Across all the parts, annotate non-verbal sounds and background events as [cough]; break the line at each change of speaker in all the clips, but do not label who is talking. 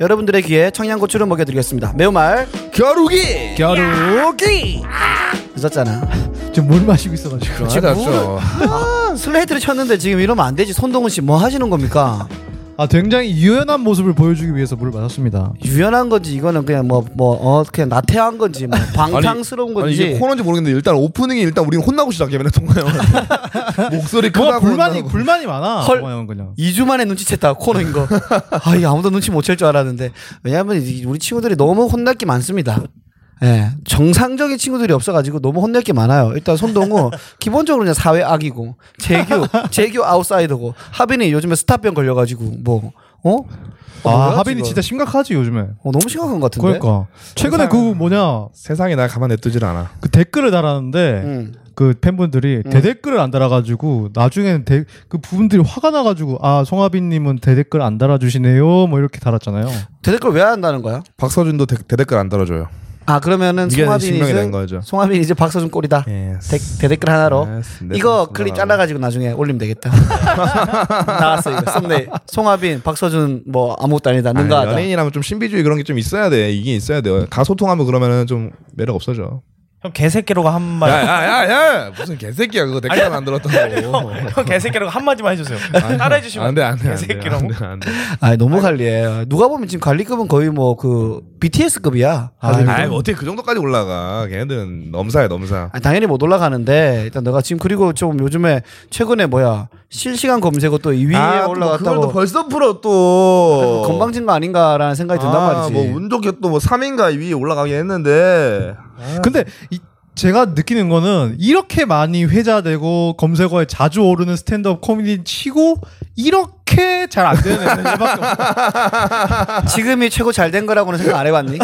여러분들의 귀에 청양고추를 먹여드리겠습니다. 매운말 겨루기.
겨루
늦었잖아.
지금 물 마시고 있어가지고
지가 없어.
아, 슬레이트를 쳤는데 지금 이러면 안 되지. 손동훈 씨 뭐 하시는 겁니까?
아 굉장히 유연한 모습을 보여주기 위해서 물을 마셨습니다
유연한 건지 이거는 그냥 뭐 뭐 어, 그냥 나태한 건지 뭐 방탕스러운
아니,
건지.
이게 코너인지 모르겠는데 일단 오프닝이 일단 우리는 혼나고 시작해요. 동아요 [laughs] 목소리
그거
크다고
불만이
혼나고.
불만이 많아 뭐
헐.
동아 형은 그냥
2주 만에 눈치챘다 코너인 거. 아, 이 아무도 눈치 못 챌 줄 알았는데 왜냐하면 이- 우리 친구들이 너무 혼날 게 많습니다. 예, 정상적인 친구들이 없어가지고 너무 혼낼 게 많아요. 일단 손동우 [laughs] 기본적으로 그냥 사회 악이고 재규 재규 아웃사이더고 하빈이 요즘에 스타병 걸려가지고 뭐 어? 어,
아
뭐야,
하빈이
지금?
진짜 심각하지 요즘에
어, 너무 심각한 것 같은데.
그러니까 최근에 그 뭐냐
세상에 나 가만 냅두질 않아.
그 댓글을 달았는데
음.
그 팬분들이 대댓글을 안 달아가지고 나중에는 대, 그 부분들이 화가 나가지고 아 송하빈님은 대댓글 안 달아주시네요 뭐 이렇게 달았잖아요.
대댓글 왜 한다는 거야?
박서준도 대, 대댓글 안 달아줘요.
아 그러면은
이게
송하빈이
신명이 된
이제
거죠.
송하빈이 이제 박서준 꼴이다. 대,
예스.
대댓글 하나로
네.
예스, 내
이거
손
클립
올라가고.
네, 잘라가지고 나중에 올리면 되겠다. [laughs] 나왔어 이거 썸네일. 송하빈, 박서준 뭐 아무것도 아니다.
아니,
능가하다.
연예인이라면 좀 신비주의 그런 게 좀 있어야 돼. 이게 있어야 돼. 가소통하면 그러면은 좀 매력 없어져.
형 개새끼로가 한 말. [laughs]
야야야야 무슨 개새끼야 뭐. 그거 댓글 안 들었다고.
형 개새끼라고 한 마디만 해주세요.
아,
따라해 주시면.
안돼 안돼
개새끼라고.
안돼.
아니 너무 관리해. 누가 보면 지금 관리급은 거의 뭐 그 BTS급이야.
아이고.
아이 어떻게 그 정도까지 올라가? 걔네들은 넘사야 넘사.
아, 당연히 못 올라가는데 일단 내가 지금 그리고 좀 요즘에 최근에 뭐야 실시간 검색어 또 2위에
아,
올라갔다고
그걸 또 벌써 풀어 또.
건방진 거 아닌가라는 생각이 든단 말이지.
뭐운 좋게 또 뭐 3인가 위에 올라가게 했는데.
근데 이, 제가 느끼는 거는 이렇게 많이 회자되고 검색어에 자주 오르는 스탠드업 코미디 치고 이렇게 잘 안 되는 애들 얘밖에 없어.
지금이 최고 잘 된 거라고는 생각 안 [laughs] 해봤니?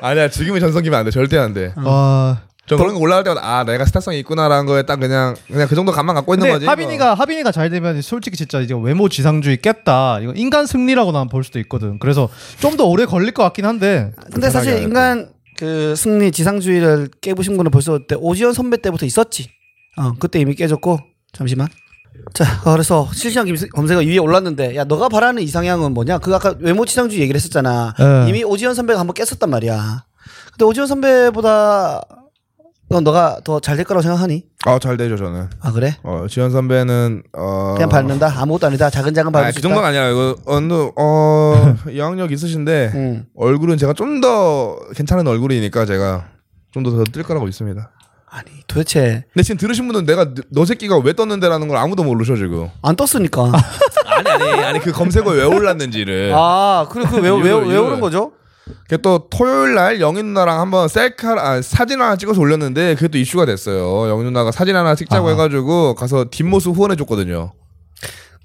아니야 지금이 전성기면 안 돼. 절대 안 돼.
와.
저 그런 거 올라갈 때마다 아 내가 스타성이 있구나라는 거에 딱 그냥 그냥 그 정도 감만 갖고 있는
근데
거지.
하빈이가 하빈이가 잘 되면 솔직히 진짜 이제 외모 지상주의 깼다. 이거 인간 승리라고 난 볼 수도 있거든. 그래서 좀 더 오래 걸릴 것 같긴 한데
근데 사실 인간 그 승리 지상주의를 깨부신 거는 벌써 그때 오지연 선배 때부터 있었지. 어, 그때 이미 깨졌고 잠시만. 자, 어, 그래서 실시간 김- 검색어 2위에 올랐는데, 야, 너가 바라는 이상향은 뭐냐? 그 아까 외모 지상주의 얘기를 했었잖아.
예.
이미 오지연 선배가 한번 깼었단 말이야. 근데 오지연 선배보다 넌 너가 더 잘 될 거라고 생각하니?
뭐. 어, 아잘 되죠 저는.
아 그래?
어 지현 선배는 어
그냥 밟는다. 아무것도 아니다. 작은 작은 밟을
아니,
수
그
있다.
정도는 아니라 이거 어느 [laughs] 어 영향력 있으신데
음.
얼굴은 제가 좀 더 괜찮은 얼굴이니까 제가 좀 더 뜰 거라고 있습니다.
아니 도대체
근데 지금 들으신 분은 내가 너- 너 새끼가 왜 떴는데라는 걸 아무도 모르셔 지금.
안 떴으니까.
아니 아니 아니 그 검색어에 왜 올랐는지를.
아 그래 그왜왜왜
이유를,
왜
이유를.
오른 거죠?
그게 또 토요일 날 영인 누나랑 한번 셀카 아, 사진 하나 찍어서 올렸는데 그게 또 이슈가 됐어요. 영인 누나가 사진 하나 찍자고 해가지고 가서 뒷모습 후원해 줬거든요.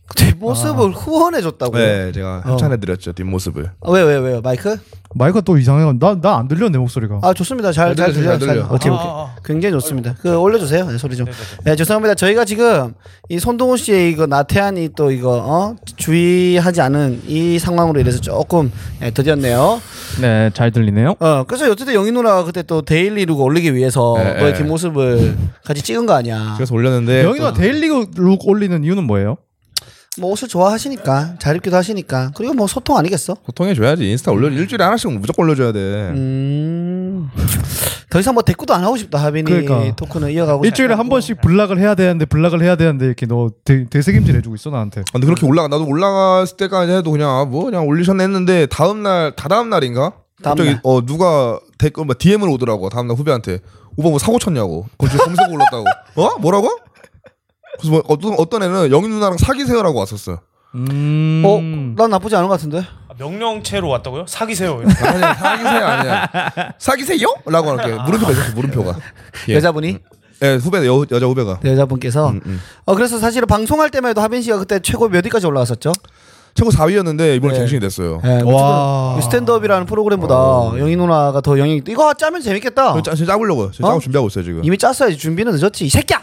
그 뒷모습을 후원해 줬다고요.
아. 네, 어. 제가 협찬해 드렸죠 뒷모습을.
어, 아, 왜, 왜, 왜요? 마이크?
마이크가 또 이상해. 나나 안 들려 내 목소리가.
아, 좋습니다. 잘, 잘
잘 들려,
들려요.
잘
잘
들려.
오케이,
아,
오케이.
아, 아.
굉장히 좋습니다. 그, 올려주세요. 네, 소리 좀. 네, 죄송합니다. 저희가 지금 이 손동훈 씨의 이거 나태한이 또 이거, 어? 주의하지 않은 이 상황으로 인해서 조금 예, 더뎠네요.
네, 잘 들리네요.
어, 그래서 여태도 영희 누나가 그때 또 데일리룩 올리기 위해서
네,
너의
네.
뒷모습을 같이 찍은 거 아니야.
그래서 올렸는데
영희가 네, 데일리룩 올리는 이유는 뭐예요?
뭐 옷을 좋아하시니까, 잘 입기도 하시니까. 그리고 뭐 소통 아니겠어?
보통해 줘야지 인스타 올려 일주일에 하나씩 무조건 올려줘야 돼.
음. 더 이상 뭐 대꾸도 안 하고 싶다, 하빈이
그러니까.
토크는 이어가고
일주일에 한
싶고.
번씩 블락을 해야 되는데 블락을 해야 되는데 이렇게 너 대, 대세김질 해주고 있어 나한테.
아,
음.
근데 그렇게 올라가 나도 올라갔을 때까지 해도 그냥 아, 뭐 그냥 올리셨네 했는데 다음 날 다다음 날인가
다음
갑자기
날.
어 누가 댓글 막 DM을 오더라고 다음 날 후배한테 오빠 뭐 사고 쳤냐고 그래서 검색 올랐다고 어 뭐라고 그래서 뭐 어떤 어떤 애는 영희 누나랑 사귀세요라고 왔었어
음.
어, 난 나쁘지 않은 것 같은데.
아, 명령체로 왔다고요? 사귀세요.
아니야 사귀세요 아니야 사귀세요라고 하는 게 물음표가 있었어 물음표가 예.
여자분이
예 후배 여, 여자 후배가
여자분께서 어 그래서 사실은 방송할 때만 해도 하빈 씨가 그때 최고 몇 위까지 올라왔었죠?
최고 4위였는데 이번에
네.
갱신이 됐어요
예,
와.
어쨌든 스탠드업이라는 프로그램보다 영희 누나가 더 영향이 이거 짜면 재밌겠다.
저 짜, 지금 짜보려고요 지금
어?
짜고 준비하고 있어요 지금
이미 짰어야지 준비는 늦었지 이 새끼야.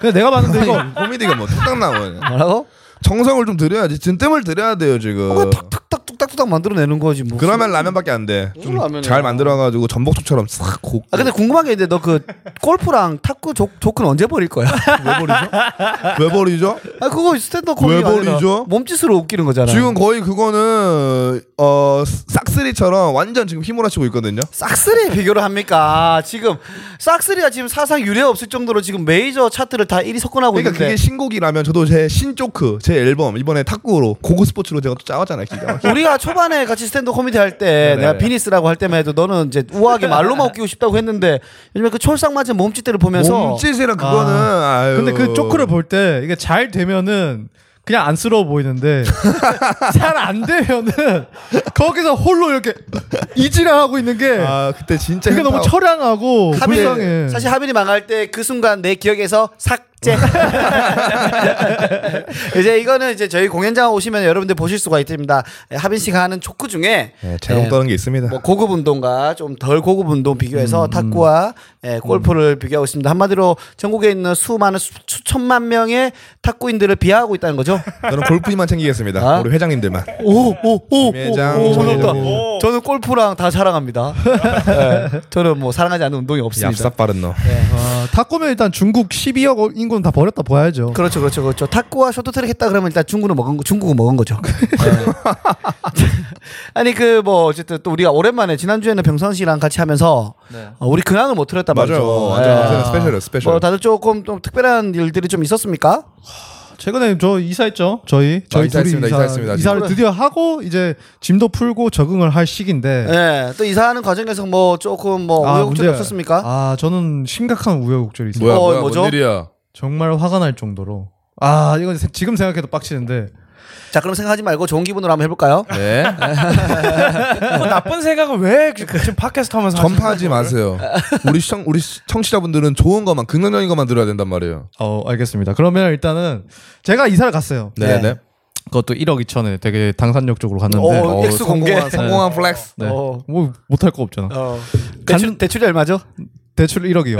근데 내가 봤는데 이거
고민이가 어, 뭐 툭딱 나와
[laughs] 뭐라고?
정성을 좀 드려야지 진뜸을 드려야 돼요 지금
어, 탁탁탁 뚝딱 후다닥 만들어내는 거지 뭐.
그러면 라면밖에 안 돼.
무슨
좀
라면이야?
잘 만들어가지고 전복죽처럼 싹 고.
아 근데 궁금한 게 있는데 너 그 골프랑 탁구 조, 조크는 언제 버릴 거야?
왜 버리죠? [laughs] 왜 버리죠?
아 그거 스탠드 코미디
버리죠?
몸짓으로 웃기는 거잖아.
지금 거의 그거는 어 싹쓸이처럼 완전 지금 휘몰아치고 있거든요.
싹쓸이 비교를 합니까? 아, 지금 싹쓸이가 지금 사상 유례 없을 정도로 지금 메이저 차트를 다 1위 석권하고
그러니까
있는데
그게 신곡이라면 저도 제 신조크 제 앨범 이번에 탁구로 고고 스포츠로 제가 또 짜왔잖아요. 기가
[laughs]
막히게.
우리가 초반에 같이 스탠드 코미디 할 때
네.
내가 비니스라고 할 때만 해도 너는 이제 우아하게 말로만 웃기고 싶다고 했는데 요즘에 그 철상 맞은 몸짓들을 보면서
몸짓이랑 그거는 아유.
근데 그 쪼크를 볼 때 이게 잘 되면은 그냥
[laughs]
안쓰러워 보이는데 잘 안 되면은 거기서 홀로 이렇게 이지랄하고 있는 게
아 그때 진짜
그게
현타-
너무
어,
처량하고
하빈이
불쌍해.
사실 하빈이 망할 때 그 순간 내 기억에서
[laughs]
삭제. [laughs] 이제 이거는 이제 저희 공연장 오시면 여러분들 보실 수가 있습니다. 하빈 씨가 하는 초크 중에
네, 재롱
예,
떠는 게 있습니다.
뭐 고급 운동과 좀 덜 고급 운동
음,
비교해서 탁구와 예, 골프를 비교하고 있습니다. 한마디로 전국에 있는 수많은 수, 수천만 명의 탁구인들을 비하하고 있다는 거죠.
저는 골프만 챙기겠습니다.
아?
우리 회장님들만.
오, 오, 오,
매장
오, 오,
정해주고.
어.
어.
오, 저는 골프랑 다 사랑합니다. 예, 저는 뭐 사랑하지 않는 운동이 없습니다.
얍삽 빠른 너.
아, 탁구면 일단 중국 12억 인구는 다 버렸다 보아야죠.
그렇죠, 그렇죠, 그렇죠. 탁구와 쇼트트랙 했다 그러면 일단 중국은 먹은 거, 중국은 먹은
[laughs]
거죠. 네. [laughs] 아니 그 뭐 어쨌든 또 우리가 오랜만에 지난 주에는 병선 씨랑 같이 하면서 어, 우리 근황을 못 틀었단
맞아요.
말이죠.
맞아요.
예.
저는 스페셜이에요, 스페셜.
뭐 다들 조금 좀 특별한 일들이 좀 있었습니까?
최근에 저 이사했죠. 저희 저희
아, 이사했습니다,
둘이
이사했습니다,
이사, 를
지금.
드디어 하고 이제 짐도 풀고 적응을 할 시기인데.
예. 또 이사하는 과정에서 뭐 조금 뭐
네. 아,
우여곡절이
근데-
없었습니까?
아 저는 심각한 우여곡절이 있어요.
뭐야
어,
뭐야
뭐죠?
뭔 일이야?
정말 화가 날 정도로. 아 이건 세- 지금 생각해도 빡치는데.
자, 그럼 생각하지 말고 좋은 기분으로 한번 해볼까요?
네.
그 나쁜 생각을 왜
그러니까
지금 팟캐스트 하면서
전파하지 마세요. 우리 시청 우리 시- 청취자분들은 좋은 것만 긍정적인 것만 들어야 된단 말이에요.
어 알겠습니다. 그러면 일단은 제가 이사를 갔어요.
네.
네.
네.
네.
그것도 1억 2천에 되게 당산역 쪽으로 갔는데.
어, 액수 공개.
성공한 성공한 플렉스.
네.
어.
뭐 못할 거 없잖아.
어. 대출, 대출이 얼마죠?
대출 [laughs] 1억이요.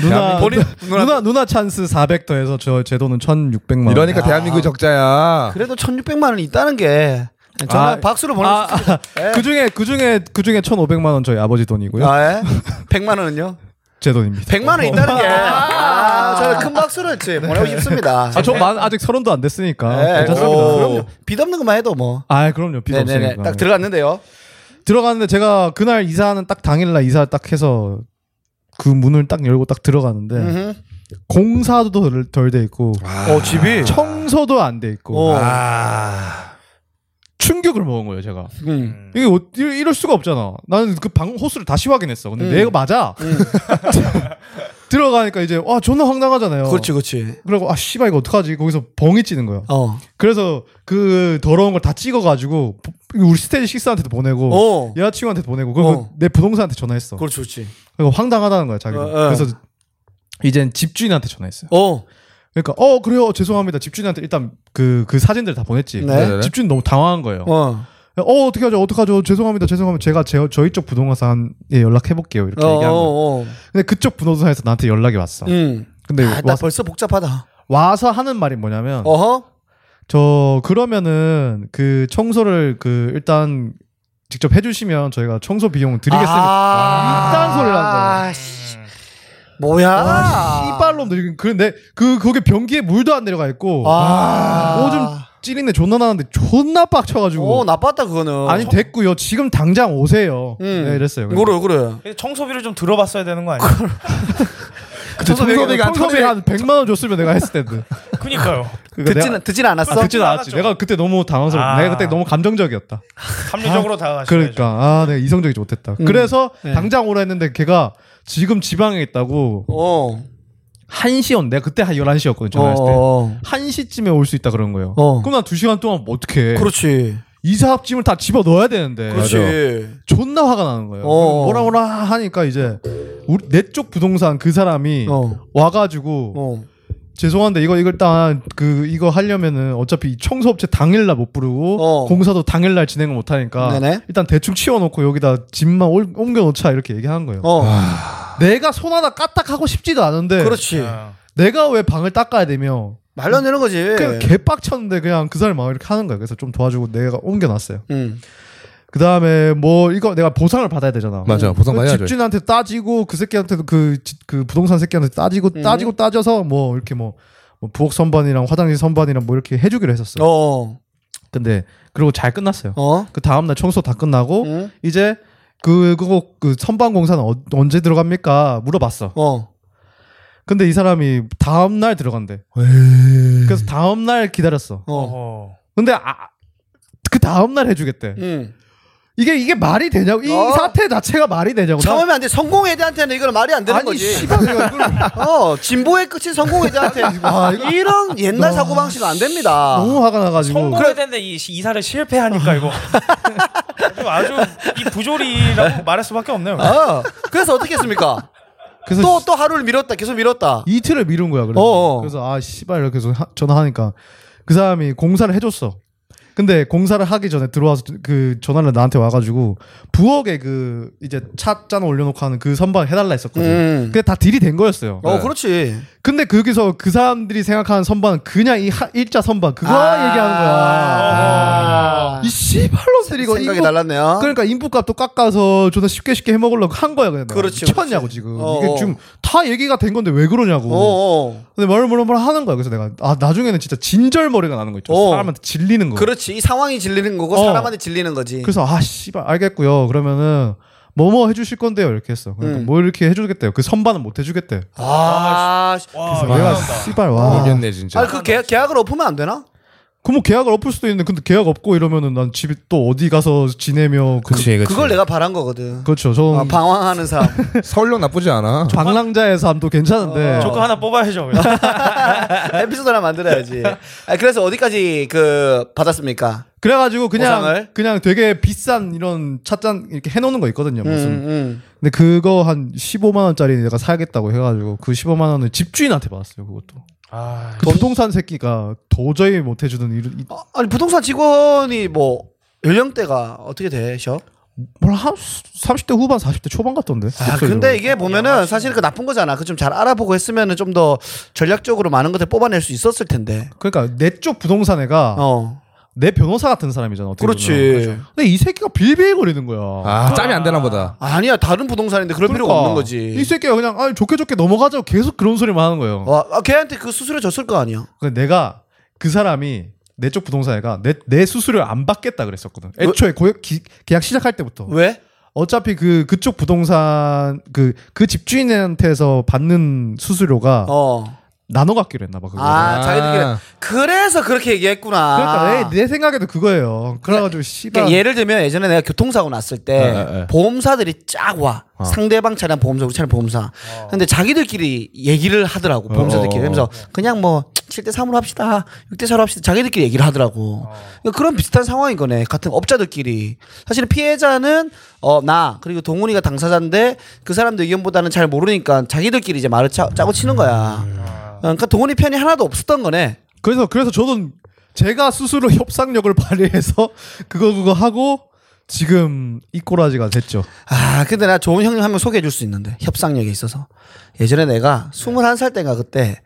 누나
본인-
누나 누나 찬스 400 더해서 저 제 돈은 1,600만 원.
이러니까 대한민국 적자야.
그래도 1600만 원이 있다는 게 정말
아,
박수로 보낼
아,
수 있습니다. 예.
그 중에 그 중에 그 중에 1,500만 원 저희 아버지 돈이고요.
아, 예? 100만 원은요?
제 돈입니다.
100만 원 있다는 게 아, 저는 큰 박수를 지 보내고 싶습니다.
네. 아, 저 만, 아직 서른도 안 됐으니까
예,
괜찮습니다.
그럼요. 그럼요. 빚 없는 것만 해도 뭐.
아, 그럼요. 필요
네네네.
없으니까.
딱 들어갔는데요.
들어갔는데 제가 그날 이사하는 딱 당일날 이사 딱 해서 그 문을 딱 열고 딱 들어가는데
음흠.
공사도 덜 돼 있고
어, 집이.
청소도 안 돼 있고
어.
아.
충격을 먹은 거예요, 제가.
음.
이게 어, 이- 이럴 수가 없잖아. 나는 그 방 호스를 다시 확인했어.
음.
근데 내가 맞아. [laughs] 들어가니까 이제 와 존나 황당하잖아요.
그렇지, 그렇지.
그리고 아 씨발 이거 어떡하지? 거기서 벙이 찌는 거야.
어.
그래서 그 더러운 걸 다 찍어가지고 보- 이거 우리 스테이지 식스한테도 보내고
어.
여자친구한테 보내고 그리고
어.
내 부동산한테 전화했어.
그렇지, 그렇지.
그리고 황당하다는 거야 자기가.
어, 어.
그래서 이젠 집주인한테 전화했어요.
어.
그러니까 어 그래요 죄송합니다 집주인한테 일단 그 그 사진들 다 보냈지.
네.
근데 집주인 너무 당황한 거예요.
어.
어 어떻게 하죠 어떻게 하죠 죄송합니다 죄송합니다 제가 제, 저희 쪽 부동산에 연락해 볼게요 이렇게
어,
얘기한 거
어, 어.
근데 그쪽 부동산에서 나한테 연락이 왔어
음.
근데
아, 나
와서,
벌써 복잡하다.
와서 하는 말이 뭐냐면
어허.
저 그러면은 그 청소를 그 일단 직접 해주시면 저희가 청소 비용 드리겠습니다
아,
이딴 소리를 한다.
아, 씨. 뭐야? 아.
이빨로 들 그런데 그 거기 변기에 물도 안 내려가 있고
아.
오줌 찌린내 존나 나는데 존나 빡쳐가지고
어, 나빴다 그거는.
아니 됐고요 지금 당장 오세요
음.
네, 이랬어요
그래, 그래.
청소비를 좀 들어봤어야 되는 거 아니에요?
그때
청소비가
청소비가
한
청소비가 한 100만 원 줬으면 내가
[laughs]
했을 텐데.
그니까요.
그거
듣진,
내가,
듣진 않았어?
아, 듣진 않았지.
않았죠.
내가 그때 너무 당황스러워.
아.
내가 그때 너무 감정적이었다.
합리적으로 다가가시죠.
그러니까 아, 내가 이성적이지 못했다.
음.
그래서
네.
당장 오라 했는데 걔가 지금 지방에 있다고
어.
1시였는데 내가 그때 한 11시였거든 전화했을 때.
어.
1시쯤에 올 수 있다 그런 거예요.
어. 네. 그러니까
그럼 난 2시간 동안 뭐 어떻게
그렇지.
이사 앞짐을 다 집어 넣어야 되는데.
그렇지.
존나 화가 나는 거예요.
어.
뭐라 뭐라 하니까 이제 우리 내 쪽 부동산 그 사람이
어.
와가지고
어.
죄송한데 이거 이거 일단 그 이거 하려면은 어차피 이 청소업체 당일날 못 부르고
어.
공사도 당일날 진행을 못 하니까
네네.
일단 대충 치워놓고 여기다 집만 올- 옮겨놓자 이렇게 얘기한 거예요.
어.
아,
내가 손 하나 까딱 하고 싶지도 않은데 예.
그렇지.
아,
내가 왜 방을 닦아야 되며
말도 안 되는 거지.
그냥 개빡쳤는데 그냥 그 사람이 막 이렇게 하는 거야. 그래서 좀 도와주고 내가 옮겨놨어요.
음.
그 다음에 뭐 이거 내가 보상을 받아야 되잖아.
맞아, 보상
그
많이 하죠.
집주인한테 따지고 그 새끼한테도 그, 지- 그 부동산 새끼한테 따지고
음.
따지고 따져서 뭐 이렇게 뭐, 뭐 부엌 선반이랑 화장실 선반이랑 뭐 이렇게 해주기로 했었어. 요
어.
근데 그리고 잘 끝났어요.
어.
그 다음날 청소 다 끝나고
응?
이제 그 그거 그 선반 공사는 어- 언제 들어갑니까 물어봤어.
어.
근데 이 사람이 다음날 들어간대. 그래서 다음날 기다렸어.
어.
근데 아, 그 다음날 해주겠대.
음.
이게 이게 말이 되냐고 이
어.
사태 자체가 말이 되냐고. 나-
처음에 안 돼. 성공 애들한테는 이걸 말이 안 되는
아니
거지. [laughs]
씨발 내가 이걸
어, 진보의 끝인 성공 애들한테
[laughs] 아, 이거-
이런 옛날
아,
사고 방식은 안 됩니다.
너무 화가 나가지고.
성공해야 되는데 이 시- 이사를 실패하니까 이거 [laughs] 아주- 아주 이 부조리라고 말할 수밖에 없네요.
아.
어. 그래서 어떻게 했습니까?
그래서
또 또 하루를 미뤘다. 계속 미뤘다.
이틀을 미룬 거야. 그래서,
어어.
그래서 아 씨발 이렇게 해서 하- 전화하니까 그 사람이 공사를 해줬어. 근데 공사를 하기 전에 들어와서 그 전화를 나한테 와가지고 부엌에 그 이제 차잔 올려놓고 하는 그 선반 해달라 했었거든.
음.
그게 네. 다 딜이 된 거였어요.
어, 그렇지.
근데 거기서 그 사람들이 생각하는 선반은 그냥 이 하- 일자 선반 그거 얘기하는 거야.
아.
이 씨발로들 이거
생각이
인부-
달랐네요.
그러니까 인풋값도 깎아서 존나 쉽게 쉽게 해먹으려고 한 거야 그냥. 내가.
그렇지,
미쳤냐고 지금
어, 어.
이게 좀 다 얘기가 된 건데 왜 그러냐고.
어, 어.
근데 말물말 하는 거야. 그래서 내가 아 나중에는 진짜 진절머리가 나는 거 있죠.
어.
사람한테 질리는 거.
그렇지. 이 상황이 질리는 거고
뭐. 어.
사람한테 질리는 거지.
그래서 아 씨발 알겠고요. 그러면은 뭐뭐 해주실 건데요 이렇게 했어. 그러니까
음.
뭐 이렇게 해주겠대요. 그 선반은 못 해주겠대.
아,
와,
그래서
많이
내가
나온다.
씨발 와.
아. 모르겠네 진짜.
아니 그 계약, 계약을 엎으면 안 되나?
그럼 뭐 계약을 엎을 수도 있는데 근데 계약 없고 이러면은 난 집이 또 어디 가서 지내며 그,
그치, 그치.
그걸 내가 바란 거거든.
렇죠 저는
아, 방황하는 사람.
서울역 나쁘지 않아.
방랑자의 삶도
어,
괜찮은데
조건 하나 뽑아야죠.
[laughs] 에피소드 하나 만들어야지. 아, 그래서 어디까지 그 받았습니까?
그래가지고 그냥
보상을?
그냥 되게 비싼 이런 찻잔 이렇게 해놓는 거 있거든요
음,
무슨
음.
근데 그거 한 15만 원짜리 내가 사야겠다고 해가지고 그 15만 원을 집주인한테 받았어요 그것도
아,
그 부동산 새끼가 도저히 못 해주는 이런 이-
아, 아니 부동산 직원이 뭐 연령대가 어떻게 되셔?
뭘 한, 30대 후반 40대 초반 같던데
아, 근데 이게 보면은 사실 그 나쁜 거잖아. 그 좀 잘 알아보고 했으면은 좀 더 전략적으로 많은 것들 뽑아낼 수 있었을 텐데.
그러니까 내 쪽 부동산 애가
어,
내 변호사 같은 사람이잖아 어떻게 보면. 그렇죠?
그렇지.
근데 이 새끼가 빌빌거리는 거야
아 짬이 안 되나 보다.
아니야 다른 부동산인데 그럴 필요가
그러니까
없는
이
거지.
새끼가 그냥 아 좋게 좋게 넘어가자고 계속 그런 소리만 하는 거예요
와, 아, 걔한테 그 수수료 줬을 거 아니야.
그 내가 그 사람이 내 쪽 부동산에가 내, 내 수수료 안 받겠다 그랬었거든. 애초에 고액 기- 계약 시작할 때부터.
왜?
어차피 그 그쪽 부동산 그 그 집주인한테서 받는 수수료가
어.
나눠 갖기로 했나 봐 그거.
아,
아.
자기들끼리 그래서 그렇게 얘기했구나.
그러니까 내, 내 생각에도 그거예요. 그래가지고 씨발.
그러니까 예를 들면 예전에 내가 교통사고 났을 때
예, 예.
보험사들이 쫙 와.
어.
상대방 차량 보험사, 우리 차량 보험사. 근데 자기들끼리 얘기를 하더라고. 보험사들끼리.
어.
그래서 그냥 뭐 7대 3으로 합시다. 6대 4로 합시다. 자기들끼리 얘기를 하더라고.
어.
그러니까 그런 비슷한 상황인 거네. 같은 업자들끼리. 사실은 피해자는 어, 나 그리고 동훈이가 당사자인데 그 사람들 의견보다는 잘 모르니까 자기들끼리 이제 말을 짜, 짜고 치는 거야.
음.
그러니까 동훈이 편이 하나도 없었던 거네.
그래서 그래서 저는 제가 스스로 [laughs] 협상력을 발휘해서 그거 그거 하고 지금 이 꼬라지가 됐죠.
아, 근데 나 좋은 형님 한 명 소개해 줄 수 있는데 협상력에 있어서 예전에 내가 21살 때인가 그때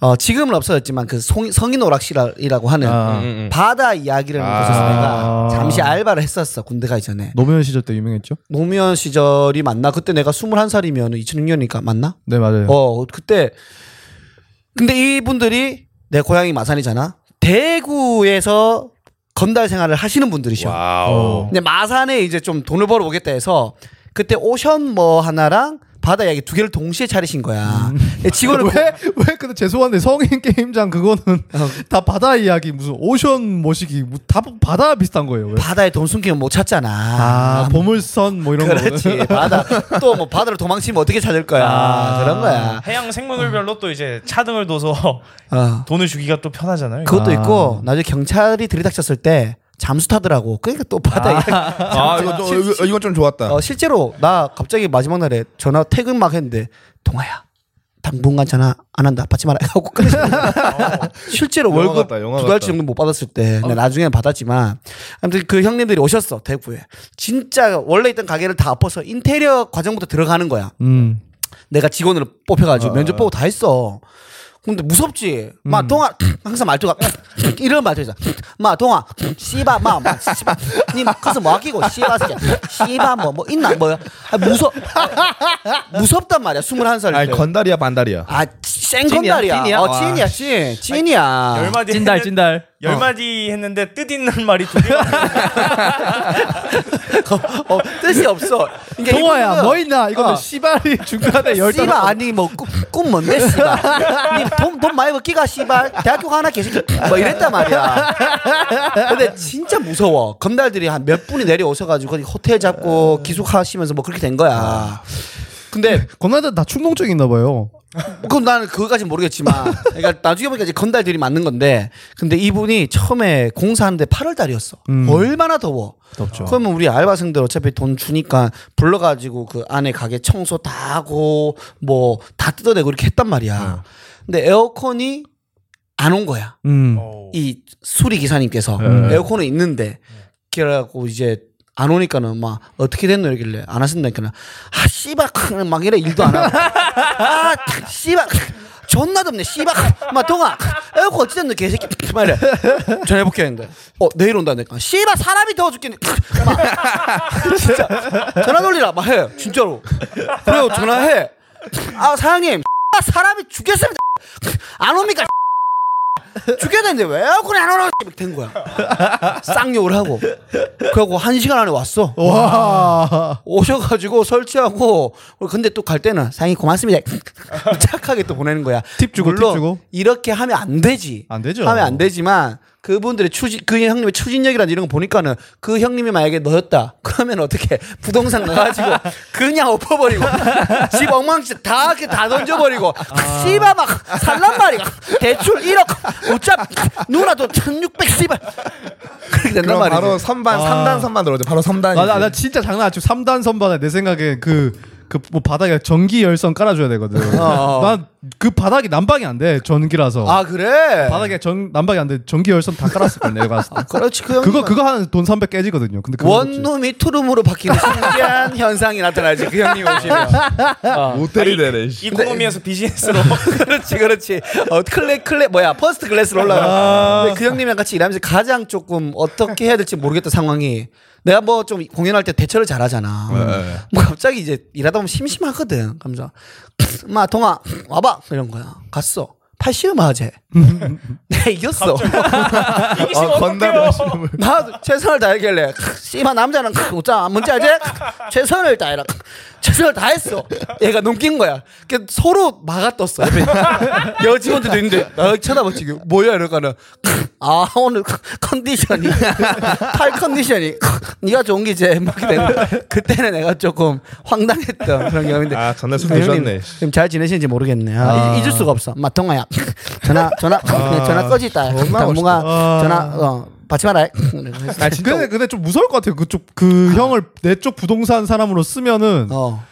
어, 지금은 없어졌지만 그 송- 성인 오락실이라고 하는
아.
음, 음.
바다 이야기를
아.
하고서 내가 잠시 알바를 했었어 군대 가기 전에
노무현 시절 때 유명했죠?
노무현 시절이 맞나 그때 내가 21살이면 2006년이니까 맞나
네 맞아요.
어 그때 근데 이분들이 내 고향이 마산이잖아 대구에서 건달 생활을 하시는 분들이셔
와우.
근데 마산에 이제 좀 돈을 벌어 오겠다 해서 그때 오션 뭐 하나랑 바다 이야기 두 개를 동시에 차리신 거야. 근데 직원을 고-
음. 왜, 왜, 근데 죄송한데 성인 게임장 그거는
어,
다 바다 이야기, 무슨 오션 모시기, 뭐 다 바다 비슷한 거예요. 왜?
바다에 돈 숨기면 못 찾잖아.
아, 보물선 뭐 이런 거.
그렇지. 바다 또 뭐 바다를 도망치면 어떻게 찾을 거야.
아.
그런 거야.
해양 생물별로 또 이제 차등을 둬서 [laughs]
어.
돈을 주기가 또 편하잖아요.
그것도
아.
있고 나중에 경찰이 들이닥쳤을 때 잠수 타더라고. 그러니까 또 바다 이야기.
아 이거 좀 이거- 이건 좀 좋았다.
어, 실제로 나 갑자기 마지막 날에 전화 퇴근 막 했는데 동아야 당분간 전화 안 한다 받지 마라 하고 끊었어. 실제로
영화
월급
같다, 영화
두 달치
같다. 어.
정도 못 받았을 때 근데 나중에는 받았지만 아무튼 그 형님들이 오셨어 대구에 진짜 원래 있던 가게를 다 엎어서 인테리어 과정부터 들어가는 거야
[laughs] 음.
내가 직원으로 뽑혀가지고 면접 보고 다 했어 근데 무섭지. 마 동아 항상 말투가 [laughs] 이런 말투에서 마 동아 씨바 마, 마 씨바 니 가서 뭐 아끼고 씨바 새끼야. 씨바 뭐 뭐 있나 뭐야. 아, 무서 무섭단 말이야. 21살
아니
때.
건달이야 반달이야.
찐이야?
아센 건달이야.
찐이야?
어
와.
찐이야 찐 찐이야.
열 마디
찐달
했는-
찐달.
열 마디 했는데 뜻 있는 말이 두 개가
[laughs] 어, 뜻이 없어. 이게
동화야
이거는
뭐 있나 이거는
어.
씨발이 [laughs] 중간에 네, 열다
씨발 아니 뭐꿈 뭔데 씨발 니돈돈 많이 먹기가 씨발 대학교 가나 계속 뭐 이랬단 말이야 근데 진짜 무서워 건달들이 한 몇 분이 내려오셔가지고 거기 호텔 잡고 기숙하시면서 뭐 그렇게 된 거야 근데
건너들 다 충동증 있나 봐요.
그건 나는 그거까진 모르겠지만 그러니까 나중에 보니까 이제 건달들이 맞는 건데 근데 이분이 처음에 공사하는데 8월 달이었어
음.
얼마나 더워
덥죠.
그러면 우리 알바생들 어차피 돈 주니까 불러가지고 그 안에 가게 청소 다 하고 뭐 다 뜯어내고 이렇게 했단 말이야.
네.
근데 에어컨이 안 온 거야.
음.
어. 이 수리 기사님께서 에어컨은 있는데 그래갖고 이제 안 오니까는 막 어떻게 됐노 이러길래 안 하신다니까 아 씨발 크, 막 이래 일도 안 하고 아 씨발 크, 존나 덥네 씨발 크, 막 동아 에어컨 어찌 됐노 개새끼 크, 막 이래 전화해볼게 했는데 어 내일 온다니까 씨발 사람이 더워 죽겠네 크, 막 진짜 전화 돌리라 막 해 진짜로 그래요 전화해 아 사장님 사람이 죽겠습니다 안 옵니까 죽여야 되는데 왜 에어컨이 안 오라고 이렇게 된 거야. 쌍욕을 하고. 그래갖고 한 시간 안에 왔어.
와.
오셔가지고 설치하고 근데 또 갈 때는 사장님 고맙습니다 [laughs] 착하게 또 보내는 거야
팁 주고, 팁
물론
주고.
이렇게 하면 안 되지
안 되죠.
하면 안 되지만 그분들의 추진 그 형님의 추진력이란 이런 거 보니까 그 형님이 만약에 너였다 그러면 어떻게 [laughs] 부동산 가가지고 [laughs] 그냥 엎어버리고 [laughs] 집 엉망진 다 이렇게 다 던져버리고
아.
씨발 막 살란 말이야 대출 1억 어차 누나도 1600 씨발 그렇게 된단
그럼
말이지
바로 3반 3단 3반 들어오죠. 바로 3단.
아, 나, 나 진짜 장난 아니고 3단 선반에 내 생각에 그, 그 뭐 바닥에 전기 열선 깔아줘야 되거든.
어.
난 그 바닥이 난방이 안 돼. 전기라서.
아 그래
바닥에 전 난방이 안 돼. 전기 열선 다 깔았을 거야. 내가 봤을 때.
그렇지 그 형님
그거 그거 한 돈 300 깨지거든요. 근데 그거
원룸이 투룸으로 바뀌는 신기한 [laughs] 현상이 나타나지 그 형님
[laughs]
오시면
모텔이 되네. 씨.
이코노미에서 비즈니스로
아,
[laughs]
그렇지 그렇지 어, 클래 클래 뭐야 퍼스트 클래스로
아.
올라가 근데 그 형님이랑 같이 일하면서 가장 조금 어떻게 해야 될지 모르겠다 상황이 내가 뭐 좀 공연할 때 대처를 잘하잖아
네.
뭐 갑자기 이제 일하다 보면 심심하거든 감자 마 동아 와봐 이런 거야 갔어 팔씨름 하재
[laughs]
내가 이겼어
이기시면
아, 건달
어떡해요
나 최선을 다했길래 씨발 남자는 웃자 뭔지 알지? 최선을 다해라 최선을 다했어 얘가 넘긴 거야 그 서로 막아떴어 옆에 여직원들도 있는데 나 쳐다봤지 이게 뭐야 이러니까는 아 오늘 컨디션이 팔 컨디션이 네가 좋은 게지 막 이랬는데 그때는 내가 조금 황당했던 그런 경험인데
아, 전날 술
아, 형님,
드셨네.
지금 잘 지내시는지 모르겠네. 아,
아.
잊- 잊을 수가 없어. 마 동아야. 전화 전화 전화 꺼지다. 당분간
멋있다.
전화 어 받지 마라.
아, 진짜. 근데 근데 좀 무서울 것 같아요. 그쪽 그 형을 내 쪽 부동산 사람으로 쓰면은
어.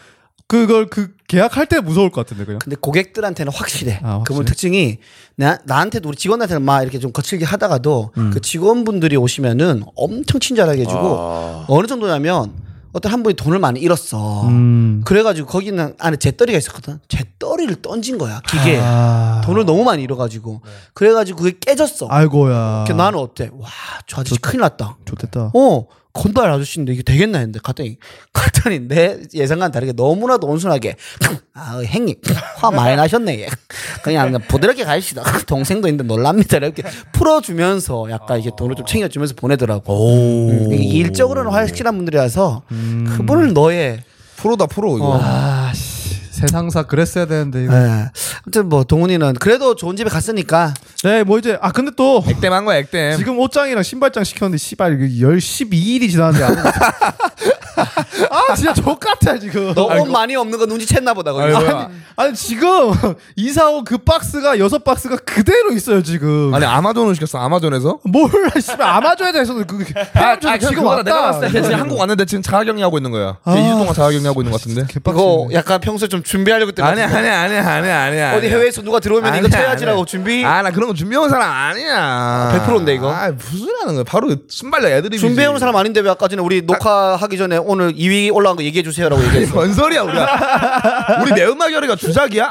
그걸 그 계약할 때 무서울 것 같은데 그냥.
근데 고객들한테는 확실해.
아, 확실해.
그분 특징이 나, 나한테도 우리 직원한테는 막 이렇게 좀 거칠게 하다가도
음.
그 직원분들이 오시면은 엄청 친절하게 해주고 어느 정도냐면 어떤 한 분이 돈을 많이 잃었어.
아. 음.
그래가지고 거기는 안에 재떨이가 있었거든. 재떨이를 던진 거야 기계. 에
아. 네.
돈을 너무 많이 잃어가지고 그래가지고 그게 깨졌어.
아이고야.
그래서 나는 어때? 와, 저 아저씨 큰일 났다.
좋됐다.
어, 건달 아저씨인데 이게 되겠나 했는데 갔더니 갔더니 내 예상과는 다르게 너무나도 온순하게 [laughs] 아, 행님 화 많이 나셨네. 예. 그냥 그냥 부드럽게 가시다. [laughs] 동생도 있는데 놀랍니다. 이렇게 풀어주면서 약간 이게 돈을
아.
좀 챙겨주면서 보내더라고. 음, 이게 일적으로는 확실한 분들이라서
음.
그분을 너의
프로다 프로 이거.
어.
아씨 세상사 그랬어야 되는데
예. 아무튼 뭐 동훈이는 그래도 좋은 집에 갔으니까
네, 뭐 이제 아 근데 또
액땜한 거야 액땜.
지금 옷장이랑 신발장 시켰는데 씨발 이거 10 12일이 지났는데 안 오고 있어. [laughs] 아 진짜 족같아 지금.
너무 많이 없는 거 눈치챘나 보다. 그러니까. 거기서.
아니, 아니 지금 [laughs] 이사온 그 박스가 여섯 박스가 그대로 있어요 지금.
아니 아마존을 시켰어 아마존에서.
뭘 씨발 아마존에서 그게
아, 아
지금
지금 왔다.
왔다.
내가
네.
지금 한국 왔는데 지금 자가격리 하고 있는 거야.
아.
2주 동안 자가격리 하고 있는 것 같은데.
이거
개빡치네.
약간 평소에 좀 준비하려고 했던 것
아니야,
같은데.
아니야, 아니야, 아니야, 아니야.
어디
아니야.
해외에서 누가 들어오면 이거
아니야,
쳐야지라고
아니야.
준비.
아, 나 그런 거 준비해온 사람 아니야.
100% 인데, 이거?
아, 무슨 하는 거예요. 바로 신발 애들이
준비해오는 사람 아닌데 왜 아까 전에 우리 녹화하기 전에 오늘 2위 올라온 거 얘기해 주세요라고 얘기했어.
[laughs] 뭔 소리야 우리가 우리 매운맛 요리가 주작이야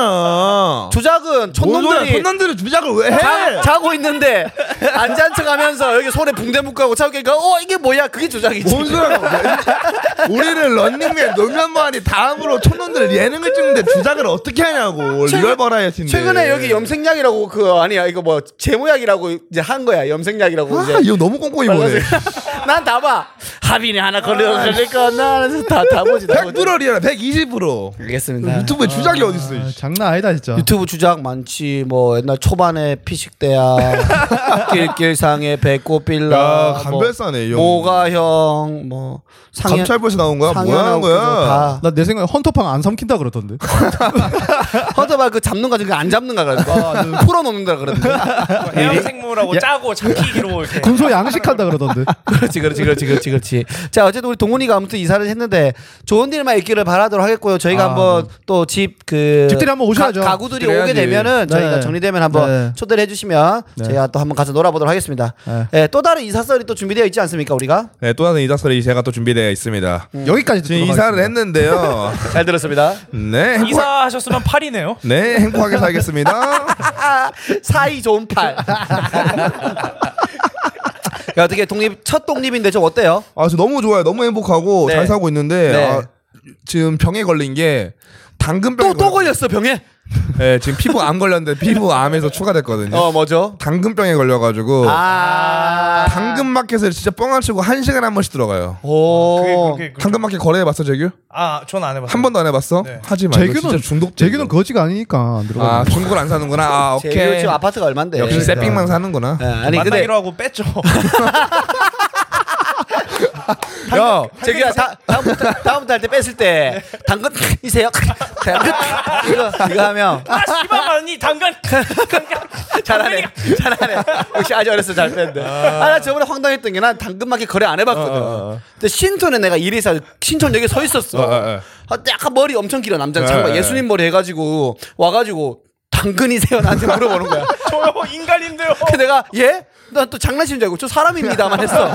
아니잖아.
조작은
뭔 소리야.
촌놈들이
촌놈들이 주작을 왜 해?
자, 자고 있는데 안 잔 척하면서 여기 손에 붕대 묶고 차우니까 어 이게 뭐야 그게 조작이지.
뭔 소리야? 그거. [laughs] 우리는 런닝맨 노면만이 다음으로 촌놈들 예능을 찍는데 주작을 어떻게 하냐고
최근-
리얼 버라이어티인데.
최근에 여기 염색약이라고 그 아니야 이거 뭐 제모약이라고 이제 한 거야 염색약이라고
아
이제
이거 너무 꼼꼼히 보네.
난다 봐. 합인이 하나 걸려가니까 난다다 보지 다 보지.
100%리얼 120%.
알겠습니다.
유튜브에 주작이 어딨어?
아,
이씨.
장난 아니다 진짜.
유튜브 주작 많지 뭐 옛날 초반에 피식대야 [laughs] 길길상의 배꼽 빌라
야, 간별사네, 이 형.
아, 뭐, 모가형 뭐 상현
감찰벌에서 나온 거야?
상현
뭐야 하는 거야?
나 내 생각에 헌터팡 안 삼킨다 그러던데.
[laughs] 허드바 그 잡는 거 지금 안 잡는 거 그랬고 [laughs] 풀어놓는다 그랬는데
해양생물하고 짜고 잡히기로
네.
이렇게
그
군소 양식한다 그러던데.
그렇지 그렇지 그렇지 그렇지 그렇지 자 어쨌든 우리 동훈이가 아무튼 이사를 했는데 좋은 일만 있기를 바라도록 하겠고요 저희가
아,
한번 또 집 그
집들이 한번 오셔야죠.
가, 구들이
집들이
오게
해야지.
되면은 저희가
네.
정리되면 한번
네.
초대를 해주시면
네.
저희가 또 한번 가서 놀아보도록 하겠습니다
네.
예, 또 다른 이사설이 또 준비되어 있지 않습니까 우리가
네, 또 다른 이작설이 제가 또 준비되어 있습니다.
여기까지
음. 지금
듣도록
이사를
하겠습니다.
했는데요.
잘 들었습니다
네, 행복,
이사하셨으면 팔이네요.
네, 행복하게 살겠습니다.
[laughs] 사이 좋은 팔. 야, 어떻게 독립 첫 독립인데 좀 어때요?
아, 저 너무 좋아요. 너무 행복하고
네.
잘 살고 있는데
네.
아, 지금 병에 걸린 게 당근병
또 또 걸렸어 병에.
네, 지금 피부 암 걸렸는데 피부 암에서 추가됐거든요.
어 뭐죠?
당근병에 걸려가지고
아
당근 마켓을 진짜 뻥안 치고 한 시간 에한 번씩 들어가요.
오.
그게, 그게
당근 마켓 거래해봤어 재규?
아전 안 해봤어요.
한 번도 안 해봤어?
네.
하지 마. 이거
재규는 뭐-
진짜 중독.
재규는 거지가 아니니까 안 들어가.
아 중국을 안 사는구나. 아
제
오케이.
지금 아파트가 얼마인데?
역시 세핑만 사는구나.
예, 아니
만나기로
근데
[laughs]
하고 뺐죠.
야,
제가 다, 다음부터 다음부터 할 때 뺐을 [laughs] 때 당근 이세요. [laughs] 당근 이거 이거 하면
아 씨발 많이 당근
잘하네.
아,
잘하네. 역시 아주 어렸을 때 잘 뺐는데. 아, 나 저번에 황당했던 게 난 당근마켓 거래 안 해봤거든.
어,
근데 신촌에 내가 일해서 신촌역에 서 있었어.
어, 어, 어.
아, 약간 머리 엄청 길어. 남자 는 장발
네,
예수님 머리 해가지고 와가지고 당근이세요? 나한테 물어보는 거야.
저요 인간인데요.
근데 내가 예? 난 또 장난치는 줄 알고 저 사람입니다만 했어.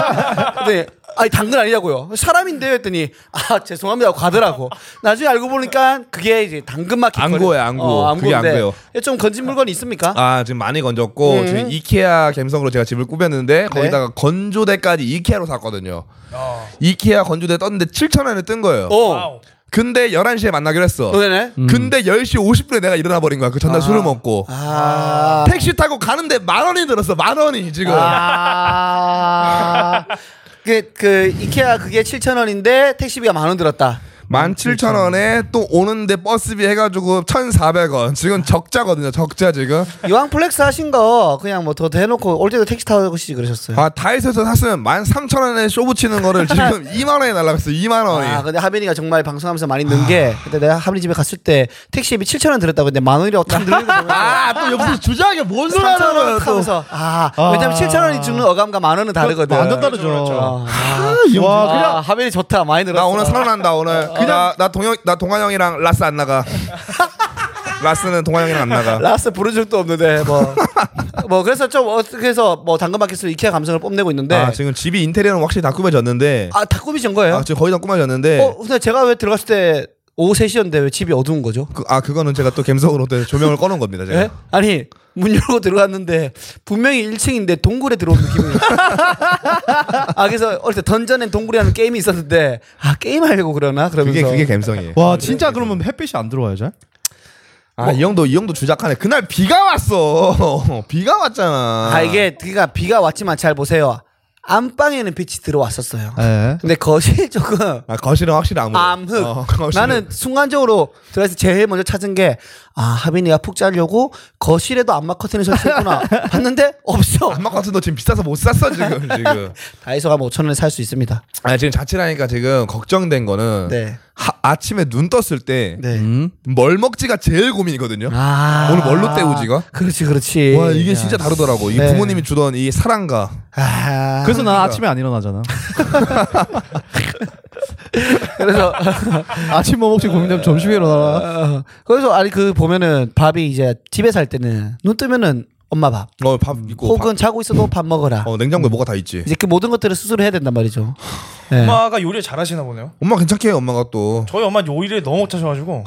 근데 아니 당근 아니냐고요. 사람인데요 했더니 아 죄송합니다 하고 가더라고. 나중에 알고 보니까 그게 이제 당근마켓
안구예요,
거래-
안구.
어,
그게
안구인데
안구예요.
좀 건진 물건이 있습니까?
아 지금 많이 건졌고 지금 이케아 감성으로 제가 집을
네.
꾸몄는데 거기다가 건조대까지 이케아로 샀거든요.
어.
이케아 건조대 떴는데 7천 원에 뜬 거예요.
어.
와우.
근데 11시에 만나기로 했어.
너네네.
근데 10시 50분에 내가 일어나 버린 거야. 그 전날 술을 먹고.
아.
택시 타고 가는데 만 원이 들었어. 만 원이 지금. 아.
아. 그, 그, 이케아 그게 7,000원인데 택시비가 만 원 들었다.
17,000원에 또 오는데 버스비 해가지고 1,400원. 지금 적자거든요. 적자 지금.
이왕 플렉스 하신 거 그냥 뭐 더 대놓고 올 때도 택시 타고시 그러셨어요.
아, 다이소에서 샀으면 13,000원에 쇼 붙이는
[laughs]
거를 지금 2만원에 날라갔어. 2만원이.
아, 근데 하빈이가 정말 방송하면서 많이
아.
는 게, 그때 내가 하빈이 집에 갔을 때 택시비 7,000원 들었다고 근데 만 원이라고 탁
[laughs]
늘리고 보면.
아, 또 옆에서 주저하게 뭔 소리 하는 거야.
3,000원
또.
타면서. 아, 왜냐면 7,000원이 주는 어감과 만 원은 다르거든.
완전 다르죠.
아,
와
아,
그냥
하빈이 좋다. 많이 늘었어.
나 오늘 살아난다 오늘. 나, 나 동영 나 동환 형이랑 라스
[laughs]
안 나가. 라스는 동환 형이랑 안 나가.
아. 라스 부른 적도 없는데 뭐. [laughs] 뭐 그래서 좀 어, 그래서 뭐 당근마켓으로 이케아 감성을 뽐내고 있는데
아 지금 집이 인테리어는 확실히 다 꾸며졌는데.
네. 아, 다 꾸미신 거예요?
아 지금 거의 다 꾸며졌는데.
어, 근데 제가 왜 들어갔을 때 오후 3시였는데 왜 집이 어두운 거죠?
그, 아 그거는 제가 또 감성으로 또 조명을 꺼놓은 겁니다 제가.
예? 아니, 문 열고 들어갔는데 분명히 1층인데 동굴에 들어온 느낌이에요. [laughs] 아, 그래서 어릴 때 던전 앤 동굴이라는 게임이 있었는데 아, 게임 하려고 그러나?
그게
그러면서
그게 감성이에요.
와 진짜 그러면 햇빛이 안 들어와요 잘?
아이 형도 이 형도 주작하네. 그날 비가 왔어. [laughs] 비가 왔잖아.
아, 이게 그러니까 비가 왔지만 잘 보세요. 안방에는 빛이 들어왔었어요.
예.
근데 거실 [laughs] 조금
아, 거실은 확실히 아무.
암흑.
어, [laughs] 거실은.
나는 순간적으로 들어서 제일 먼저 찾은 게, 아, 하빈이가 푹 자려고 거실에도 안마 커튼을
[laughs]
설치했구나. 봤는데, 없어.
안마 같은 너 지금 비싸서 못 샀어
[laughs]
지금 지금.
다이소 가면 5천원에 살 수 있습니다.
아 지금 자취라니까 지금 걱정된 거는
네.
하, 아침에 눈 떴을 때 뭘
네.
먹지가 제일 고민이거든요.
아.
오늘 뭘로 때우지가?
그렇지, 그렇지.
와 이게 진짜 다르더라고. 이
네.
부모님이 주던 이 사랑과
아.
그래서 난 아침에 안 일어나잖아.
[laughs] 그래서,
아침 뭐 먹지 고민되면 점심에 일어나라.
어, 그래서, 아니, 그 보면은 밥이 이제 집에 살 때는 눈 뜨면은 엄마 밥.
어, 밥 있고.
혹은 자고 있어도 밥 먹어라.
밥- 어, 냉장고에 뭐가 다 있지.
이제 그 모든 것들을 스스로 해야 된단 말이죠. 네.
엄마가 요리를 잘하시나 보네요.
엄마 괜찮게 해, 엄마가 또.
저희 엄마 요리를 너무 못하셔가지고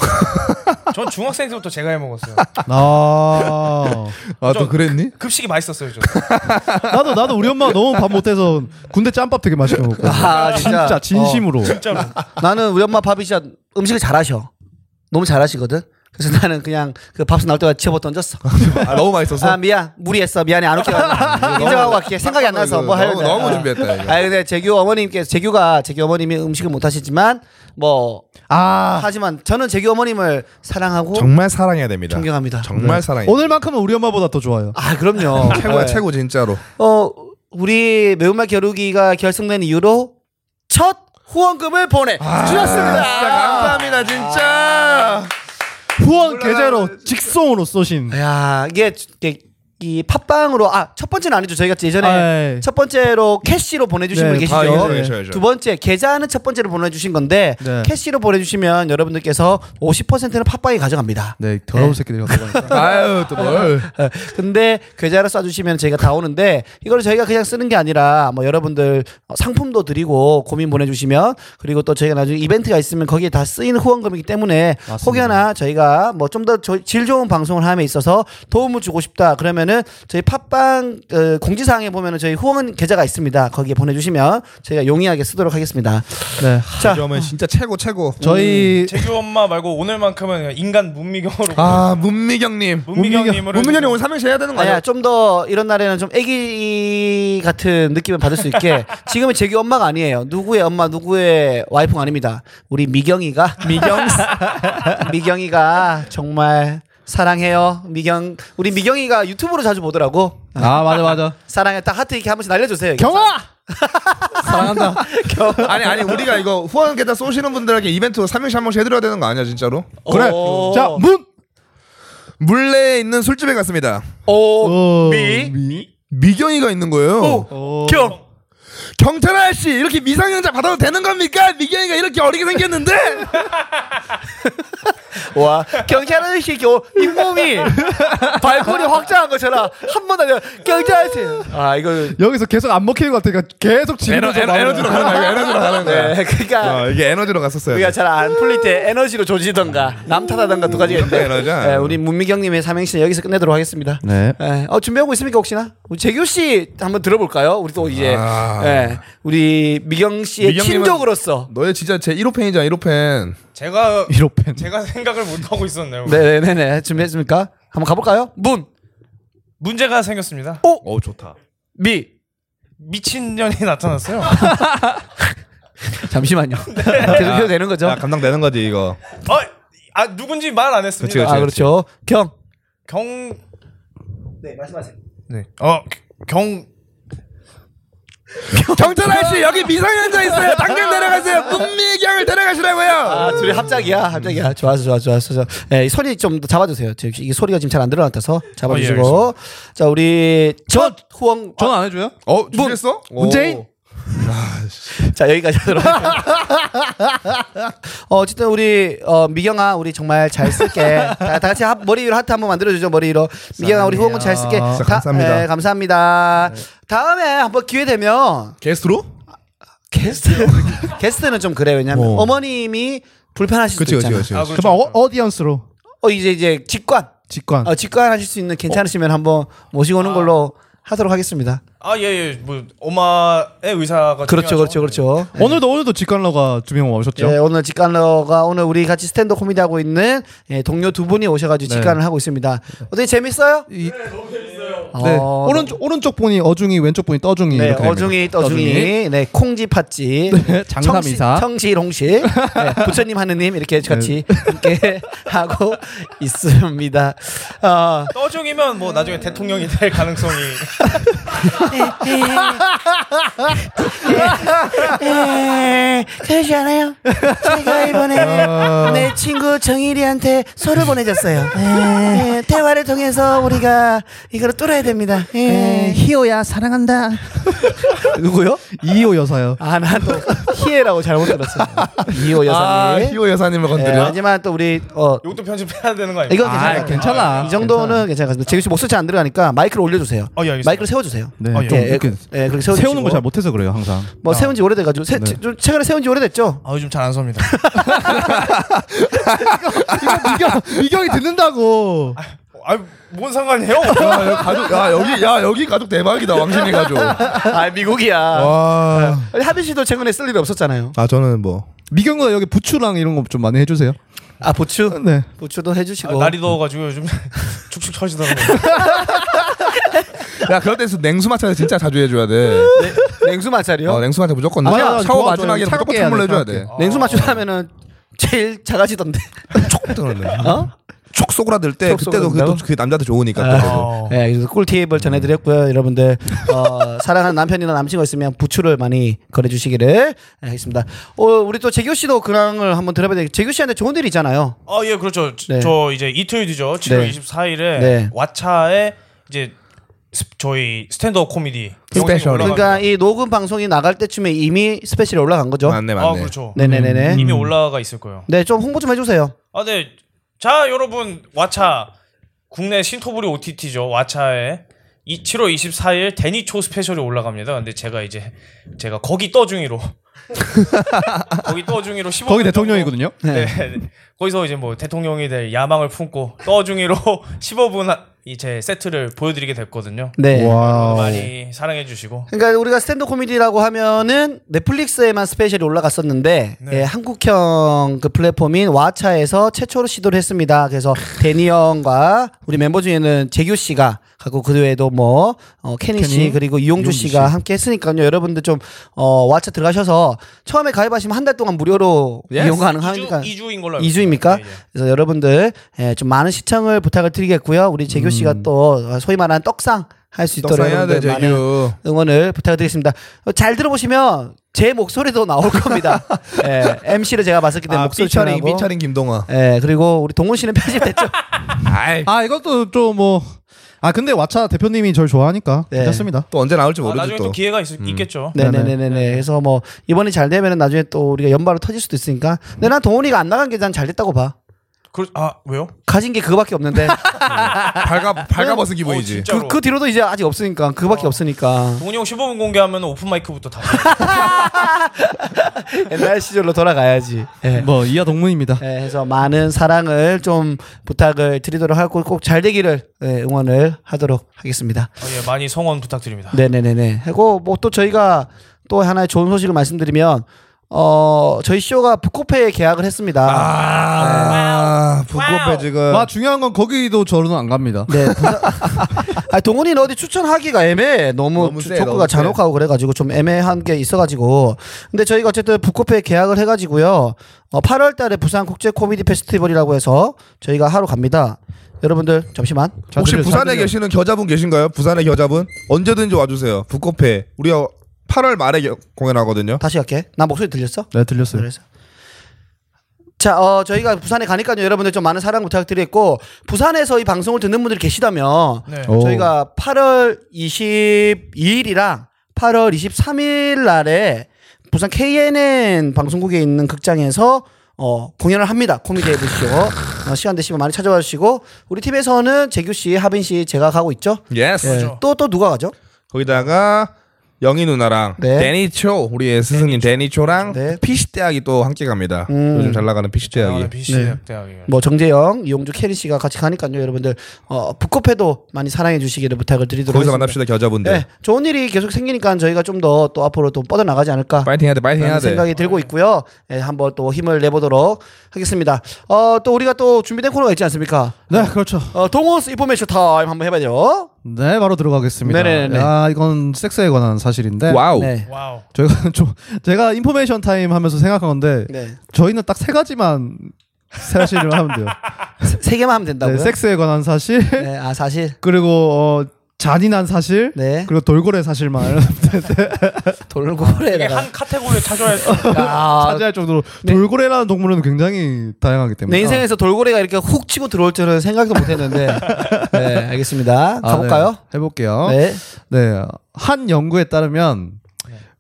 전 중학생 때부터 제가 해 먹었어요.
아
아,
저-
[laughs]
또 그랬니?
급식이 맛있었어요, 저.
나도 나도 우리 엄마가 너무 밥 못해서 군대 짬밥 되게 맛있게 먹고
아, 진짜.
진짜 진심으로
어.
진짜로.
나는 우리 엄마 밥이 진짜 음식을 잘하셔. 너무 잘하시거든. 그래서 나는 그냥 그 밥솥 나올 때마다 집어 던졌어.
아, 너무 맛있어서.
아 미안 무리했어 미안해 안 올게
[laughs]
인정하고 갈게 생각이 안 나서 뭐
너무,
하려고
너무 준비했다, 이거.
아 근데 재규 어머님께서 재규가 재규 어머님이 음식을 못 하시지만 뭐
아
하지만 저는 재규 어머님을 사랑하고
정말 사랑해야 됩니다.
존경합니다.
정말 사랑해.
오늘만큼은 우리 엄마보다 더 좋아요
아 그럼요
[laughs]
네.
최고야, 최고, 진짜로.
어 우리 매운맛 겨루기가 결승된 이후로 첫 후원금을 보내 주셨습니다.
아, 진짜 감사합니다, 진짜.
후원 계좌로 직송으로 쏘신
야 이게 이게 이 팟빵으로 아 첫 번째는 아니죠 저희가 예전에
아이.
첫 번째로 캐시로 보내주신
네,
분 계시죠
아, 예전에 계셔요, 예전에.
두 번째 계좌는 첫 번째로 보내주신 건데
네.
캐시로 보내주시면 여러분들께서 50%는 팟빵이 가져갑니다
네 더러운 새끼들이 갖고 가니까
아유, 또 뭘.
예, [laughs] 근데 계좌를 쏴주시면 저희가 다 오는데 이걸 저희가 그냥 쓰는 게 아니라 뭐 여러분들 상품도 드리고 고민 보내주시면 그리고 또 저희가 나중에 이벤트가 있으면 거기에 다 쓰이는 후원금이기 때문에 혹여나 저희가 뭐 좀 더 질 좋은 방송을 함에 있어서 도움을 주고 싶다 그러면은 저희 팟빵 어, 공지사항에 보면은 저희 후원 계좌가 있습니다 거기에 보내주시면 저희가 용이하게 쓰도록 하겠습니다
네
자
그러면 진짜 최고, 최고.
저희
재규 엄마 말고 오늘만큼은 그냥 인간 문미경으로.
아, 문미경님.
문미경님으로.
문민현이 오늘 삼행시 해야 되는 거
아니야
아니야?
좀 더 이런 날에는 좀 애기 같은 느낌을 받을 수 [laughs] 있게 지금은 재규 엄마가 아니에요 누구의 엄마 누구의 와이프가 아닙니다 우리 [laughs] 미경이가 미경 미경이가 정말 사랑해요 미경 우리 미경이가 유튜브로 자주 보더라고
아 맞아 맞아
사랑해 딱 하트 이렇게 한 번씩 날려주세요
경아 사랑한다
아니, 아니, 우리가 이거 후원 계좌 쏘시는 분들에게 이벤트 삼행시 한 번씩 해드려야 되는 거 아니야, 진짜로?
그래
오.
자문
물레에 있는 술집에 갔습니다. 미경이가 있는 거예요.
오미경
경찰 아저씨 이렇게 미성년자 받아도 되는 겁니까? 미경이가 이렇게 어리게 생겼는데
와 경찰 아저씨 겨 [laughs] 잇몸이 발코니 확장한 것처럼 한 번 날려 경찰 아저씨 아 이거
여기서 계속 안 먹히는 것 같으니까 계속 지르면서
에너지로 가는 거야 에너지로 가는 거야
네 그러니까
어, 이게 에너지로 갔었어요
우리가 잘 안 풀릴 때 에너지로 조지던가 남 탓하던가 두 가지가 있는데
음. 네, 에너지 안
예,
해요.
우리 문미경님의 삼행시는 여기서 끝내도록 하겠습니다.
[laughs] 네.
예, 어, 준비하고 있습니까 혹시나? 우리 재규 씨 한번 들어볼까요? 우리 또 이제
아.
예, 우리 미경 씨의
미경님은-
친족으로서
너의 진짜 제 1호 팬이잖아 1호 팬
제가
이로펜
제가 생각을 못 하고 있었네요.
네네네 준비했습니까? 한번 가볼까요? 문,
문제가 생겼습니다.
어, 좋다
미
미친년이 나타났어요.
잠시만요.
아,
계속 해도 되는 거죠?
야 감당되는 거지 이거
어, 아 누군지 말 안 했습니다.
그치,
아 그렇죠. 경,
경
네 말씀하세요.
네. 어경
경찰 아저씨 여기 미성년자 있어요 당장 데려가세요 문미경을 데려가시라고요
아, 둘이 합작이야, 합작이야. 좋았어, 좋았어, 좋았어. 좋았어. 예, 이 소리 좀 더 잡아주세요. 지금 이게 소리가 지금 잘 안 들어갔다서 잡아주시고. 자, 우리 아, 첫 후원.
전화 안 해줘요?
어 준비했어?
문재인?
아, 자, 여기까지 하도록 하겠습니다. [laughs] 어, 어쨌든 우리, 어, 미경아, 우리 정말 잘 쓸게. 다, 다 같이 하- 머리 위로 하트 한번 만들어주죠, 머리 위로. 미경아, 우리 후원 잘 쓸게.
진짜
다-
감사합니다.
예, 감사합니다. 다음에 한번 기회 되면
게스트로?
게스트, 게스트는 좀 그래. 왜냐면
어.
어머님이 불편하실 수도
그치 그치
있잖아.
그치
아,
그치.
그렇죠.
그럼 어, 어디언스로
어, 이제, 이제 직관.
직관
아,
어, 직관하실 수 있는 괜찮으시면 한번 모시고 오는 걸로 하도록 하겠습니다.
아예예 뭐 엄마의 의사가
그렇죠,
중요하죠.
그렇죠, 그렇죠.
네. 오늘도 오늘도 직관러가 두 명
네.
오셨죠? 네.
예, 오늘 직관러가 오늘 우리 같이 스탠드 코미디 하고 있는 예, 동료 두 분이 오셔가지고
네.
직관을 하고 있습니다. 어떻게 재밌어요?
이- 네.
아,
네,
오른쪽 오른쪽 분이 어중이 왼쪽 분이 떠중이
네,
이렇게 됩니다.
어중이, 떠중이, 네, 콩지, 팥지,
네, 장삼이사.
청시, 홍시, 네, 부처님, 하느님 이렇게 같이 함께 [laughs] 하고 있습니다. 어,
떠중이면 뭐 나중에 대통령이 될 가능성이
에, 네, 그러지 않아요. 제가 이번에 내 친구 정일이한테 소를 보내줬어요. 에, 대화를 통해서 우리가 이걸 뚫어야 됩니다. 네. 에,
히오야 사랑한다.
누구요?
이호 여사요.
아, 나도 희애라고 잘못 들었습니다. 이호
아,
여사님.
희호 여사님을
예,
건드려.
하지만 또 우리 어
이것도 편집해야 되는 거 아니에요?
이건 괜찮아요.
아, 괜찮아.
이 정도는 괜찮아요. 재규 씨 목소리 안 들어가니까 마이크를 올려주세요.
어, 예, 알겠습니다.
마이크를 세워주세요.
네,
아, 예.
좀
예,
이렇게
예, 그렇게 세워주시고.
세우는 거 잘 못해서 그래요
[laughs]
항상.
뭐 세운 지 오래돼가지고 세,
네.
지- 좀 최근에 세운 지 오래됐죠.
아 요즘 잘 안 섭니다.
미경, 미경이 듣는다고.
어, 아뭔 상관이에요?
야,
뭐.
아,
야, 가족, 야, 여기, 야, 여기 가족 대박이다. 왕신이 가족.
아 미국이야.
와.
아니, 하빈 씨도 최근에 쓸 일이 없었잖아요.
아, 저는 뭐.
미경과 여기 부추랑 이런 거 좀 많이 해주세요.
아 보추,
네.
보추도
아,
해주시고.
날이 더워가지고 요즘 [laughs] 축축 처지더라고요.
야, 그럴 때는 냉수 마찰을 진짜 자주 해줘야 돼.
네. [laughs] 냉수 마찰이요.
어, 냉수 마찰 무조건.
맞아,
샤워-
맞아.
샤워
좋아,
마찰하기는 무조건
좋아. 차갑게 해야
찬물로
돼,
해줘야
차갑게.
돼.
냉수 마찰하면은 제일 작아지던데.
조금 들었네.
어?
촉 쏘그라들 때
촉
그때도 그,
쏘그라든다고?
또, 그 남자한테 좋으니까. 또.
어.
예, 그래서 꿀팁을 전해드렸고요. 여러분들
[laughs]
어, 사랑하는 남편이나 남친과 있으면 부추를 많이 걸어주시기를 하겠습니다. 어, 우리 또 재규 씨도 근황을 한번 들어봐야 되겠 재규 씨한테 좋은 일이 있잖아요.
아, 예, 그렇죠. 저-
네.
저 이제 이틀 뒤죠. 7월
네.
24일에
네.
왓챠에 이제 스- 저희 스탠드업 코미디
스페셜이.
올라가.
그러니까 이 녹음 방송이 나갈 때쯤에 이미 스페셜이 올라간 거죠.
맞네, 맞네.
아, 그렇죠.
네네네네.
이미 올라가 있을 거예요.
네, 좀 홍보 좀 해주세요.
아, 네. 자, 여러분 왓챠 국내 신토부리 OTT죠. 왓챠에 이 7월 24일 데니초 스페셜이 올라갑니다. 근데 제가 이제 제가 거기 떠중이로 거기 떠중이로 15분
거기
정도-
대통령이거든요.
네. 거기서 이제 뭐 대통령이 될 야망을 품고 떠중이로 [laughs] 15분 이제 세트를 보여드리게 됐거든요.
네.
와우.
많이 사랑해주시고
그러니까 우리가 스탠드 코미디라고 하면은 넷플릭스에만 스페셜이 올라갔었는데
네.
예, 한국형 그 플랫폼인 와차에서 최초로 시도를 했습니다. 그래서 데니 형과 우리 멤버 중에는 재규 씨가 하고 그 외에도 뭐 어, 케니, 씨
케니,
그리고 이용주
이용주
씨가 함께 했으니까요. 여러분들 좀 어, 와차 들어가셔서 처음에 가입하시면 한 달 동안 무료로
Yes.
이용
2주,
가능하니까
2주인 걸로 알고
이주입니까?
있습니다. 예, 예.
그래서 여러분들 예, 좀 많은 시청을 부탁을 드리겠고요. 우리 재규 씨가 또 소위 말하는 떡상 할 수 있도록
떡상해야 돼, 아,
여러분들 많은
재규.
응원을 부탁드리겠습니다. 어, 잘 들어보시면 제 목소리도 나올 [laughs] 겁니다. 예, MC를 제가 맡았기 때문에
아,
목소리
피처링,
전하고.
피처링 김동아.
예, 그리고 우리 동훈 씨는 편집됐죠.
아이,
아 이것도 좀 뭐. 아 근데 왓챠 대표님이 저를 좋아하니까
네.
괜찮습니다.
또 언제 나올지
아,
모르지
나중에
또.
또 기회가 있,
[laughs]
있겠죠.
음. 네네네네. 그래서 뭐 이번에 잘 되면은 나중에 또 우리가 연말로 터질 수도 있으니까. 근데 난 동훈이가 안 나간 게 난 잘 됐다고 봐.
그, 아 왜요?
가진 게 그거밖에 [laughs] 없는데
발가 발가벗은
어,
기분이지.
진짜.
그, 그 뒤로도 어. 이제 아직 없으니까 그거밖에 없으니까
동훈이 형 15분 공개하면 오픈 마이크부터 다.
옛날 시절로 돌아가야지.
네.
예.
뭐 이하 동문입니다.
예, 그래서 많은 사랑을 좀 부탁을 드리도록 하고 꼭 잘 되기를 예, 응원을 하도록 하겠습니다.
아, 예, 많이 성원 부탁드립니다.
네네네네. 하고 뭐 또 저희가 또 하나의 좋은 소식을 말씀드리면 어 저희 쇼가 북코페에 계약을 했습니다.
아, 부끄럽해 지금.
와 중요한 건 거기도 저는 안 갑니다.
네. 부산- [laughs] 아 동훈이는 어디 추천하기가 애매해. 너무,
너무
추-
세,
촉구가
너무 세.
잔혹하고 그래가지고 좀 애매한 게 있어가지고. 근데 저희가 어쨌든 북코페에 계약을 해가지고요. 어, 8월달에 부산 국제 코미디 페스티벌이라고 해서 저희가 하러 갑니다. 여러분들 잠시만.
자,
혹시
들려, 잘
부산에
들려.
계시는 겨자분 계신가요? 부산의 겨자분 언제든지 와주세요. 북코페 우리가 8월 말에 겨- 공연하거든요.
다시 할게. 나 목소리 들렸어?
네 들렸어요.
그래서 자, 어, 저희가 부산에 가니까요. 여러분들 좀 많은 사랑 부탁드리겠고 부산에서 이 방송을 듣는 분들이 계시다면
네.
오.
저희가 8월 22일이랑 8월 23일 날에 부산 KNN 방송국에 있는 극장에서 어, 공연을 합니다. 코미디 해보시죠. 어, 시간 되시면 많이 찾아와 주시고 우리 팀에서는 재규 씨, 하빈 씨 제가 가고 있죠.
예스.
예. 또, 또 누가 가죠?
거기다가 영희 누나랑
네.
데니초 우리 스승님 데니초랑 음.
네.
피시 대학이 또 함께 갑니다. 요즘 잘 나가는 피시 대학이.
아, BC
네.
대학이.
뭐 정재영, 이용주, 캐리 씨가 같이 가니까요. 여러분들 어, 북코페도 많이 사랑해 주시기를 부탁을 드리도록
거기서
하겠습니다.
만납시다 겨자분들.
네, 좋은 일이 계속 생기니까 저희가 좀 더 또 앞으로 또 뻗어 나가지 않을까
파이팅 해야 돼, 파이팅 해야
라는
돼.
생각이 들고 있고요. 예, 한번 또 힘을 내보도록 하겠습니다. 어, 또 우리가 또 준비된 코너가 있지 않습니까?
네 그렇죠.
어, 동호스 인포메이션 타임 한번 해봐요.
네 바로 들어가겠습니다.
네네네.
아 이건 섹스에 관한 사실인데.
와우.
네.
와우.
저희가 [laughs] 좀 제가 인포메이션 타임 하면서 생각한 건데
네.
저희는 딱 세 가지만 사실을 하면
[laughs]
돼요.
세, 세 개만 하면
네,
된다고요?
섹스에 관한 사실
네, 아 사실.
그리고 어, 잔인한 사실
네.
그리고
[laughs]
돌고래 사실만
이게
돌고래다가
한 카테고리를 찾아야
아,
차지할 정도로
네.
돌고래라는 동물은 굉장히 다양하기 때문에
내 인생에서 돌고래가 이렇게 훅 치고 들어올 줄은 생각도 못했는데. 네, 알겠습니다.
아,
가볼까요?
네. 해볼게요.
네.
네. 한 연구에 따르면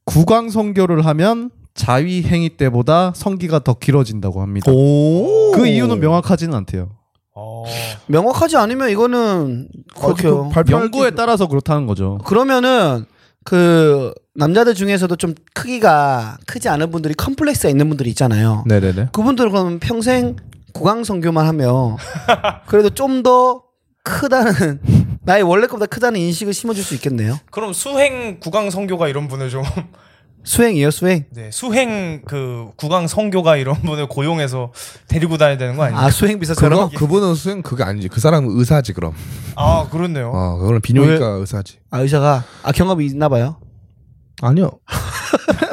구강 성교를 하면 자위 행위 때보다 성기가 더 길어진다고 합니다.
오.
그 이유는 명확하지는 않대요.
[laughs] 어.
명확하지 않으면 이거는
어,
그렇게요.
발표할
연구에 따라서 그렇다는 거죠.
그러면은 그 남자들 중에서도 좀 크기가 크지 않은 분들이 컴플렉스가 있는 분들이 있잖아요.
네네네.
그분들은 그럼 평생 구강 성교만 하며 그래도 좀 더 크다는 나의 원래 것보다 크다는 인식을 심어줄 수 있겠네요.
그럼 수행 구강 성교가 이런 분을 좀 [laughs]
수행이요 수행.
네, 수행 그 구강 성교가 이런 분을 고용해서 데리고 다녀야 되는 거 아니에요?
아 수행 비서처럼.
그거 그분은 수행 그게 아니지. 그 사람은 의사지 그럼.
아, 그렇네요.
아 그거는 비뇨기과 의사지.
아 의사가 아 경험이 있나봐요.
아니요. [laughs]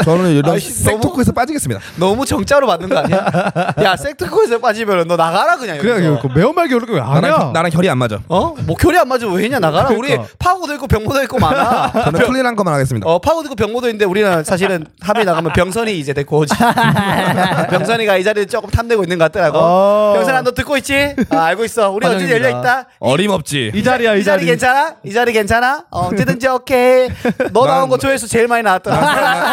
저는 이런
아이,
생토크에서 빠지겠습니다.
너무 정자로 맞는 거
[laughs]
아니야? 야 섹트코에서 빠지면 너 나가라 그냥.
그냥
여기서.
그 매운말 겨울게 왜 아냐?
나랑, 나랑 결이 안 맞아.
어? 목혈이 안 맞으면 왜냐 나가라. 우리
그러니까.
파고도 있고 병모도 있고 많아.
[laughs]
저는 클린한 것만 하겠습니다.
어 파고도 있고 병모도 있는데 우리는 사실은 합이 나가면 병선이 이제 데리고
[laughs]
오지. 병선이가 이 자리에 조금 탐내고 있는 것 같더라고.
어.
병선아 너 듣고 있지? 아, 알고 있어. 우리 어디 열려
환영입니다.
있다.
어림없지.
이 자리야
이 자리 괜찮아? 이 자리 괜찮아? 어, 어쨌든지 오케이. 너 나온
난-
거 조회수 제일 많이 나왔더라.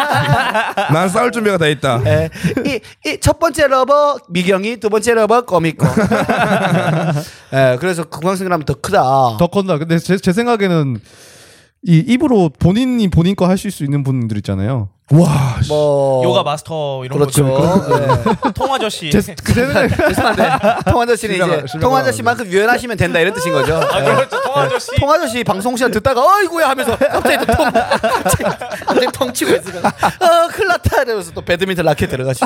난 싸울 준비가 다 있다.
예. 이첫 번째 러버 미경이 두 번째 러버 거미꺼. 예, 그래서 금강승이라면 더 크다.
더 컸나? 근데 제, 제 생각에는 이 입으로 본인이 본인 거 하실 수 있는 분들 있잖아요.
와. 씨.
뭐
요가 마스터 이런
그렇죠. 예. [laughs]
거 통아저씨.
제, 그 생각에
죄송한데 통아저씨는
실명하-
이제
실명하라고
통아저씨만큼 유연하시면 된다 이런 뜻인 거죠. 예.
아, 그렇죠. 통아저씨.
네. 통아저씨 방송 시간 듣다가 어이구야 하면서 갑자기 또 통, 갑자기, 갑자기 통 치고 있으니까 어 큰일 났다 이러면서 또 배드민턴 라켓 들어가시고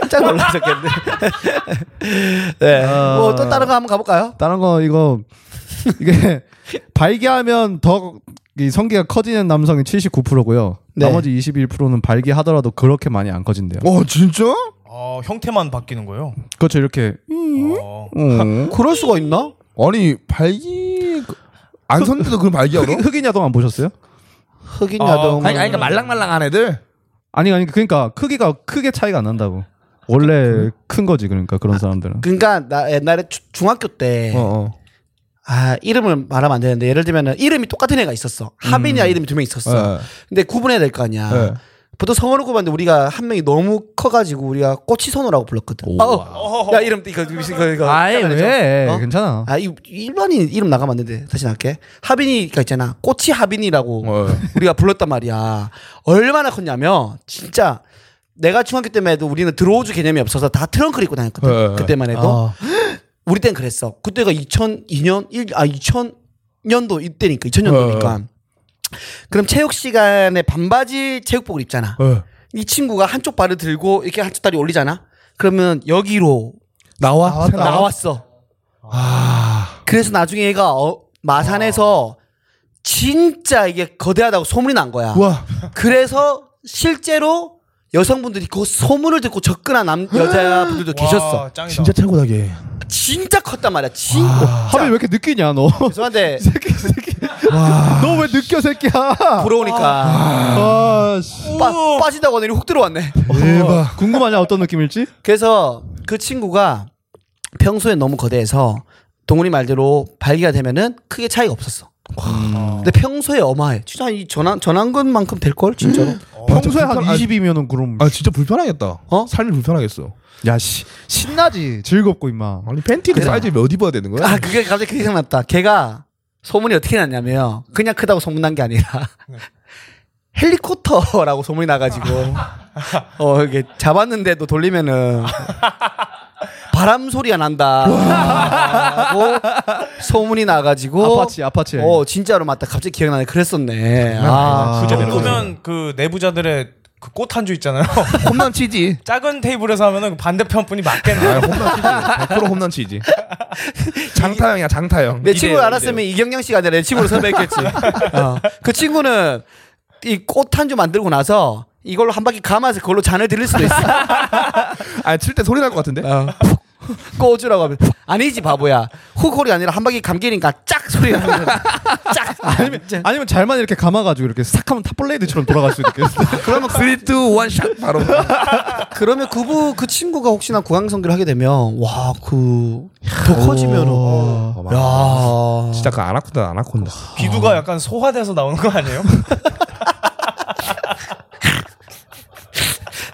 깜짝 놀라셨겠네. 네.
아.
뭐 또 다른 거 한번 가볼까요?
다른 거 이거 [laughs] 이게 발기하면 더 이 성기가 커지는 남성이 79%고요.
네.
나머지 21%는 발기하더라도 그렇게 많이 안 커진대요.
와 진짜?
어, 형태만 바뀌는 거예요.
그렇죠 이렇게.
음?
어.
어.
그럴 수가 있나?
아니 발기 안 섰는데도 그걸 발기하고?
흑인, 흑인 야동 안 보셨어요?
흑인
어,
야동.
[laughs] 아니 아니 그러니까 말랑말랑한 애들.
아니 아니 그러니까 크기가 크게 차이가 안 난다고. 원래 큰 거지 그러니까 그런 사람들은.
그러니까 나 옛날에 주- 중학교 때
어.
아, 이름을 말하면 안 되는데 예를 들면은 이름이 똑같은 애가 있었어. 하빈이야 이름이 두 명 있었어.
음. 네.
근데 구분해야 될 거 아니야.
네.
보통 성어로 구분하는데 우리가 한 명이 너무 커가지고 우리가 꼬치선우라고 불렀거든. 아, 어. 야 이름 이거 이거 이거, 이거
아예
잘라내죠?
왜?
그러니까 어?
괜찮아.
아, 이 일반인 이름 나가면 안 되는데 다시 나갈게. 하빈이가 있잖아. 꼬치 하빈이라고
어.
우리가 불렀단 말이야. 얼마나 컸냐면 진짜 내가 중학교 때만 해도 우리는 드로우즈 개념이 없어서 다 트렁크를 입고 다녔거든.
네.
그때만 해도 [gasps] 우리 땐 그랬어. 그때가 2002년, 일 아, 2000년도 이때니까,
네.
2000년도니까. 그럼 체육 시간에 반바지 체육복을 입잖아.
어.
이 친구가 한쪽 발을 들고 이렇게 한쪽 다리 올리잖아. 그러면 여기로
나와.
나왔어.
아.
그래서 나중에 얘가 어, 마산에서 진짜 이게 거대하다고 소문이 난 거야.
와.
그래서 실제로 여성분들이 그 소문을 듣고 접근한 남, 여자분들도 계셨어.
[gasps] 와, 짱이다.
진짜 최고다게.
진짜 컸단 말이야. 진짜.
하빈 왜 이렇게 느끼냐 너?
죄송한데
[laughs] 새끼 새끼. 너 왜 느껴 새끼야?
부러우니까
아 씨.
빠, 빠진다고 하더니 훅 들어왔네.
대박.
궁금하냐 어떤 느낌일지?
그래서 그 친구가 평소에 너무 거대해서 동훈이 말대로 발기가 되면은 크게 차이가 없었어. 근데 평소에 어마해. 진짜 이 전환 전환근만큼 될 걸 진짜로.
평소에 한
불편- 아,
20이면은 그럼
아 진짜 불편하겠다.
어?
삶이 불편하겠어.
야씨 신나지 즐겁고 임마.
아니 팬티를
그래.
사이즈 몇 입어야 되는 거야?
아 그게 갑자기 그게 생각났다. 걔가 소문이 어떻게 났냐면 그냥 크다고 소문난 게 아니라 [laughs] 헬리콥터라고 소문이 나가지고 어 이게 잡았는데도 돌리면은 바람 소리가 난다. 고 소문이 나가지고
아파치 아파치.
어 진짜로 맞다 갑자기 기억나네 그랬었네 아,
아.
어,
그 정도면 그 내부자들의 그 꽃한주 있잖아요. [laughs]
홈런
[laughs]
치지.
작은 테이블에서 하면은 그 반대편 분이
아,
맞겠네.
홈런 치지. 100% 홈런 치지. 장타형이야, 장타형.
내
이대로,
친구를 알았으면 이경영 씨가 아니라 내 친구로 섭외했겠지 어. 그 친구는 이 꽃 한 줄 만들고 나서 이걸로 한 바퀴 감아서 그걸로 잔을 들릴 수도 있어
아, 칠 때 소리 날 것 같은데?
어. [laughs] 꼬주라고 하면 아니지 바보야 훅홀이 아니라 한 바퀴 감기니까 짝 소리가 나는
[laughs]
거야. 짝 아니면
아니면 잘만 이렇게 감아가지고 이렇게 싹 하면 탑블레이드처럼 돌아갈 수도
[laughs]
있겠어.
그러면 3, 2, 1, 샷!
[laughs]
바로.
그러면 그부 그 친구가 혹시나 구강성기를 하게 되면 와 그 더 커지면은
어,
야
진짜 그 아나콘다, 아나콘다.
[laughs]
비두가 약간 소화돼서 나오는 거 아니에요?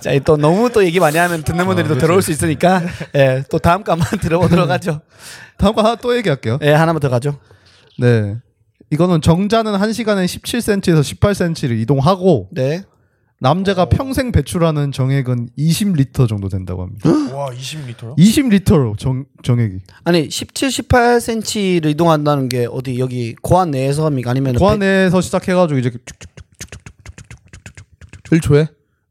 자, 이또 너무 또 얘기 많이 하면
아,
듣는 분들이
그렇죠.
또 들어올 수 있으니까 예, 또 다음 거 한번 [laughs] 들어보도록 하죠.
다음 거 하나 또 얘기할게요.
예, 하나만 더 가죠.
네. 이거는 정자는 1시간에 17cm에서 18cm를 이동하고
네.
남자가
어.
평생 배출하는 정액은 20리터 정도 된다고 합니다.
와 20리터요?
20리터로 정, 정액이.
아니 17, 18cm를 이동한다는 게 어디 여기 고안 내에서 합니까? 아니면
고안에서 시작해가지고 이제 쭉쭉
1초에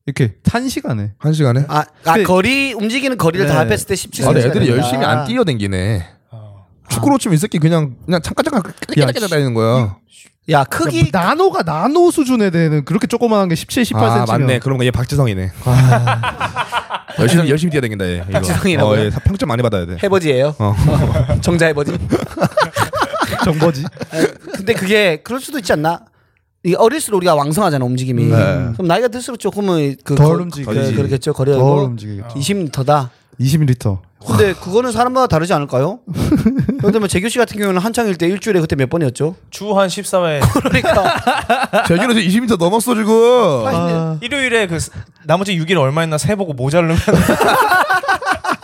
이렇게 1시간에.
1시간에?
아, 아
그-
거리 움직이는 거리를 다
네.
합했을 때
아,
17cm.
근데 애들이 열심히 안 뛰어댕기네.
어.
아.
축구로 치면 이 새끼 그냥 그냥 잠깐 잠깐 깨작깨작 다니는 거야.
야, 크기
그러니까 나노가 나노 수준에 대해는 그렇게 조그만한 게 17, 18cm.
아
면
맞네. 그런 거얘 박지성이네.
아.
[laughs] 열심히 열심히 뛰어댕긴다 얘. 이거.
박지성이라고요?
어, 얘 평점 많이 받아야 [laughs] 돼.
해버지예요.
어.
[laughs] 정자 해버지.
[laughs] [laughs] 정거지.
근데 그게 그럴 수도 있지 않나? 이 어릴수록 우리가 왕성하잖아 움직임이.
네.
그럼 나이가 들수록 조금은 그
덜
거-
움직이지.
그, 그렇겠죠 거리가
덜 움직이겠죠.
20m다.
아. 20리터.
근데 그거는 사람마다 다르지 않을까요? 그런데 뭐 재규 씨 같은 경우는 한창일 때 일주일에 그때 몇 번이었죠? [laughs]
주한 14회
그러니까
제주에서 20m 넘었어 지금.
아,
일요일에 그 스- 나머지 6일 얼마였나 세 보고 모자르면 [laughs]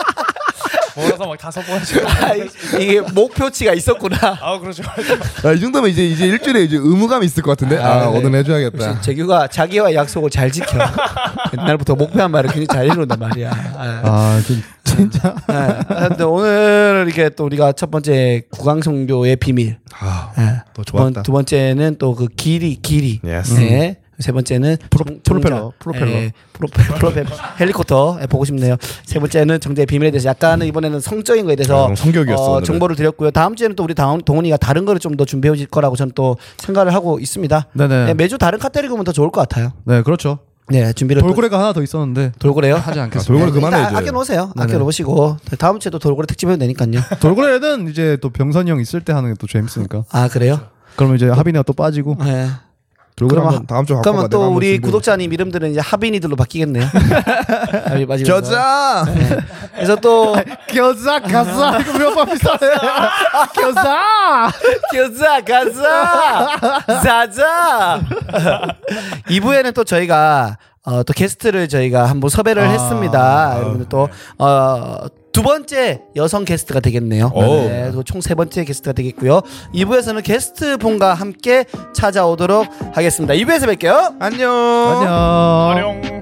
몰아서 막 다섯 번씩
[laughs] 아이, 이게 목표치가 있었구나.
아 그렇죠
야, 이 정도면 이제 이제 일주일에 이제 의무감이 있을 것 같은데. 아,
아, 네.
오늘 해줘야겠다.
재규가 자기와 약속을 잘 지켜. 옛날부터 목표한 말을 굉장히 잘 이루는단 말이야. 아.
아 진- 진짜.
네. 하여튼 오늘 이렇게 또 우리가 첫 번째 구강성교의 비밀.
아,
네.
또
두, 번,
좋았다.
두 번째는 또 그 길이 길이.
Yes.
네. 세 번째는
프로-
정-
프로펠러,
정자.
프로펠러.
예, 프로펠러, 프로펠러, 헬리콥터 예, 보고 싶네요. 세 번째는 정자의 비밀에 대해서 약간은 이번에는 성적인 거에
아,
대해서
너무 성격이었어, 오늘은.
정보를 드렸고요. 다음 주에는 또 우리 다음, 동훈이가 다른 거를 좀 더 준비해 오실 거라고 저는 또 생각을 하고 있습니다.
네네.
예, 매주 다른 카테고리면 더 좋을 것 같아요.
네 그렇죠.
네, 준비를 또-
돌고래가 하나 더 [laughs] 있었는데
돌고래요?
하지
아,
않겠습니다.
돌고래 그만해 이제.
아껴 놓으세요. 아껴
네네.
놓으시고 다음 주에 또 돌고래 특집 해도 되니까요.
돌고래는 이제 또 병선이 형 있을 때 하는 게 또 재밌으니까.
아 그래요?
그러면 이제 하빈이가 또 빠지고.
네.
돌고래
그러면
한번 다음 주 갖고
그러면
와, 그렇죠. 내가
또
한번
우리
준비해.
구독자님 이름들은 이제 하빈이들로
[laughs]
바뀌겠네요. 하빈 빠지면서.
겨자.
그래서
[laughs]
또
겨자 가자 이거 몇번 비슷하네. 겨자.
겨자 가자 자자. 2부에는 또 저희가 어, 또 게스트를 저희가 한번 섭외를 했습니다. 여러분들 네. 또어두 번째 여성 게스트가 되겠네요.
오.
네, 총 세 번째 게스트가 되겠고요. 2부에서는 게스트 분과 함께 찾아오도록 하겠습니다. 2부에서 뵐게요.
안녕.
안녕.
음.
안녕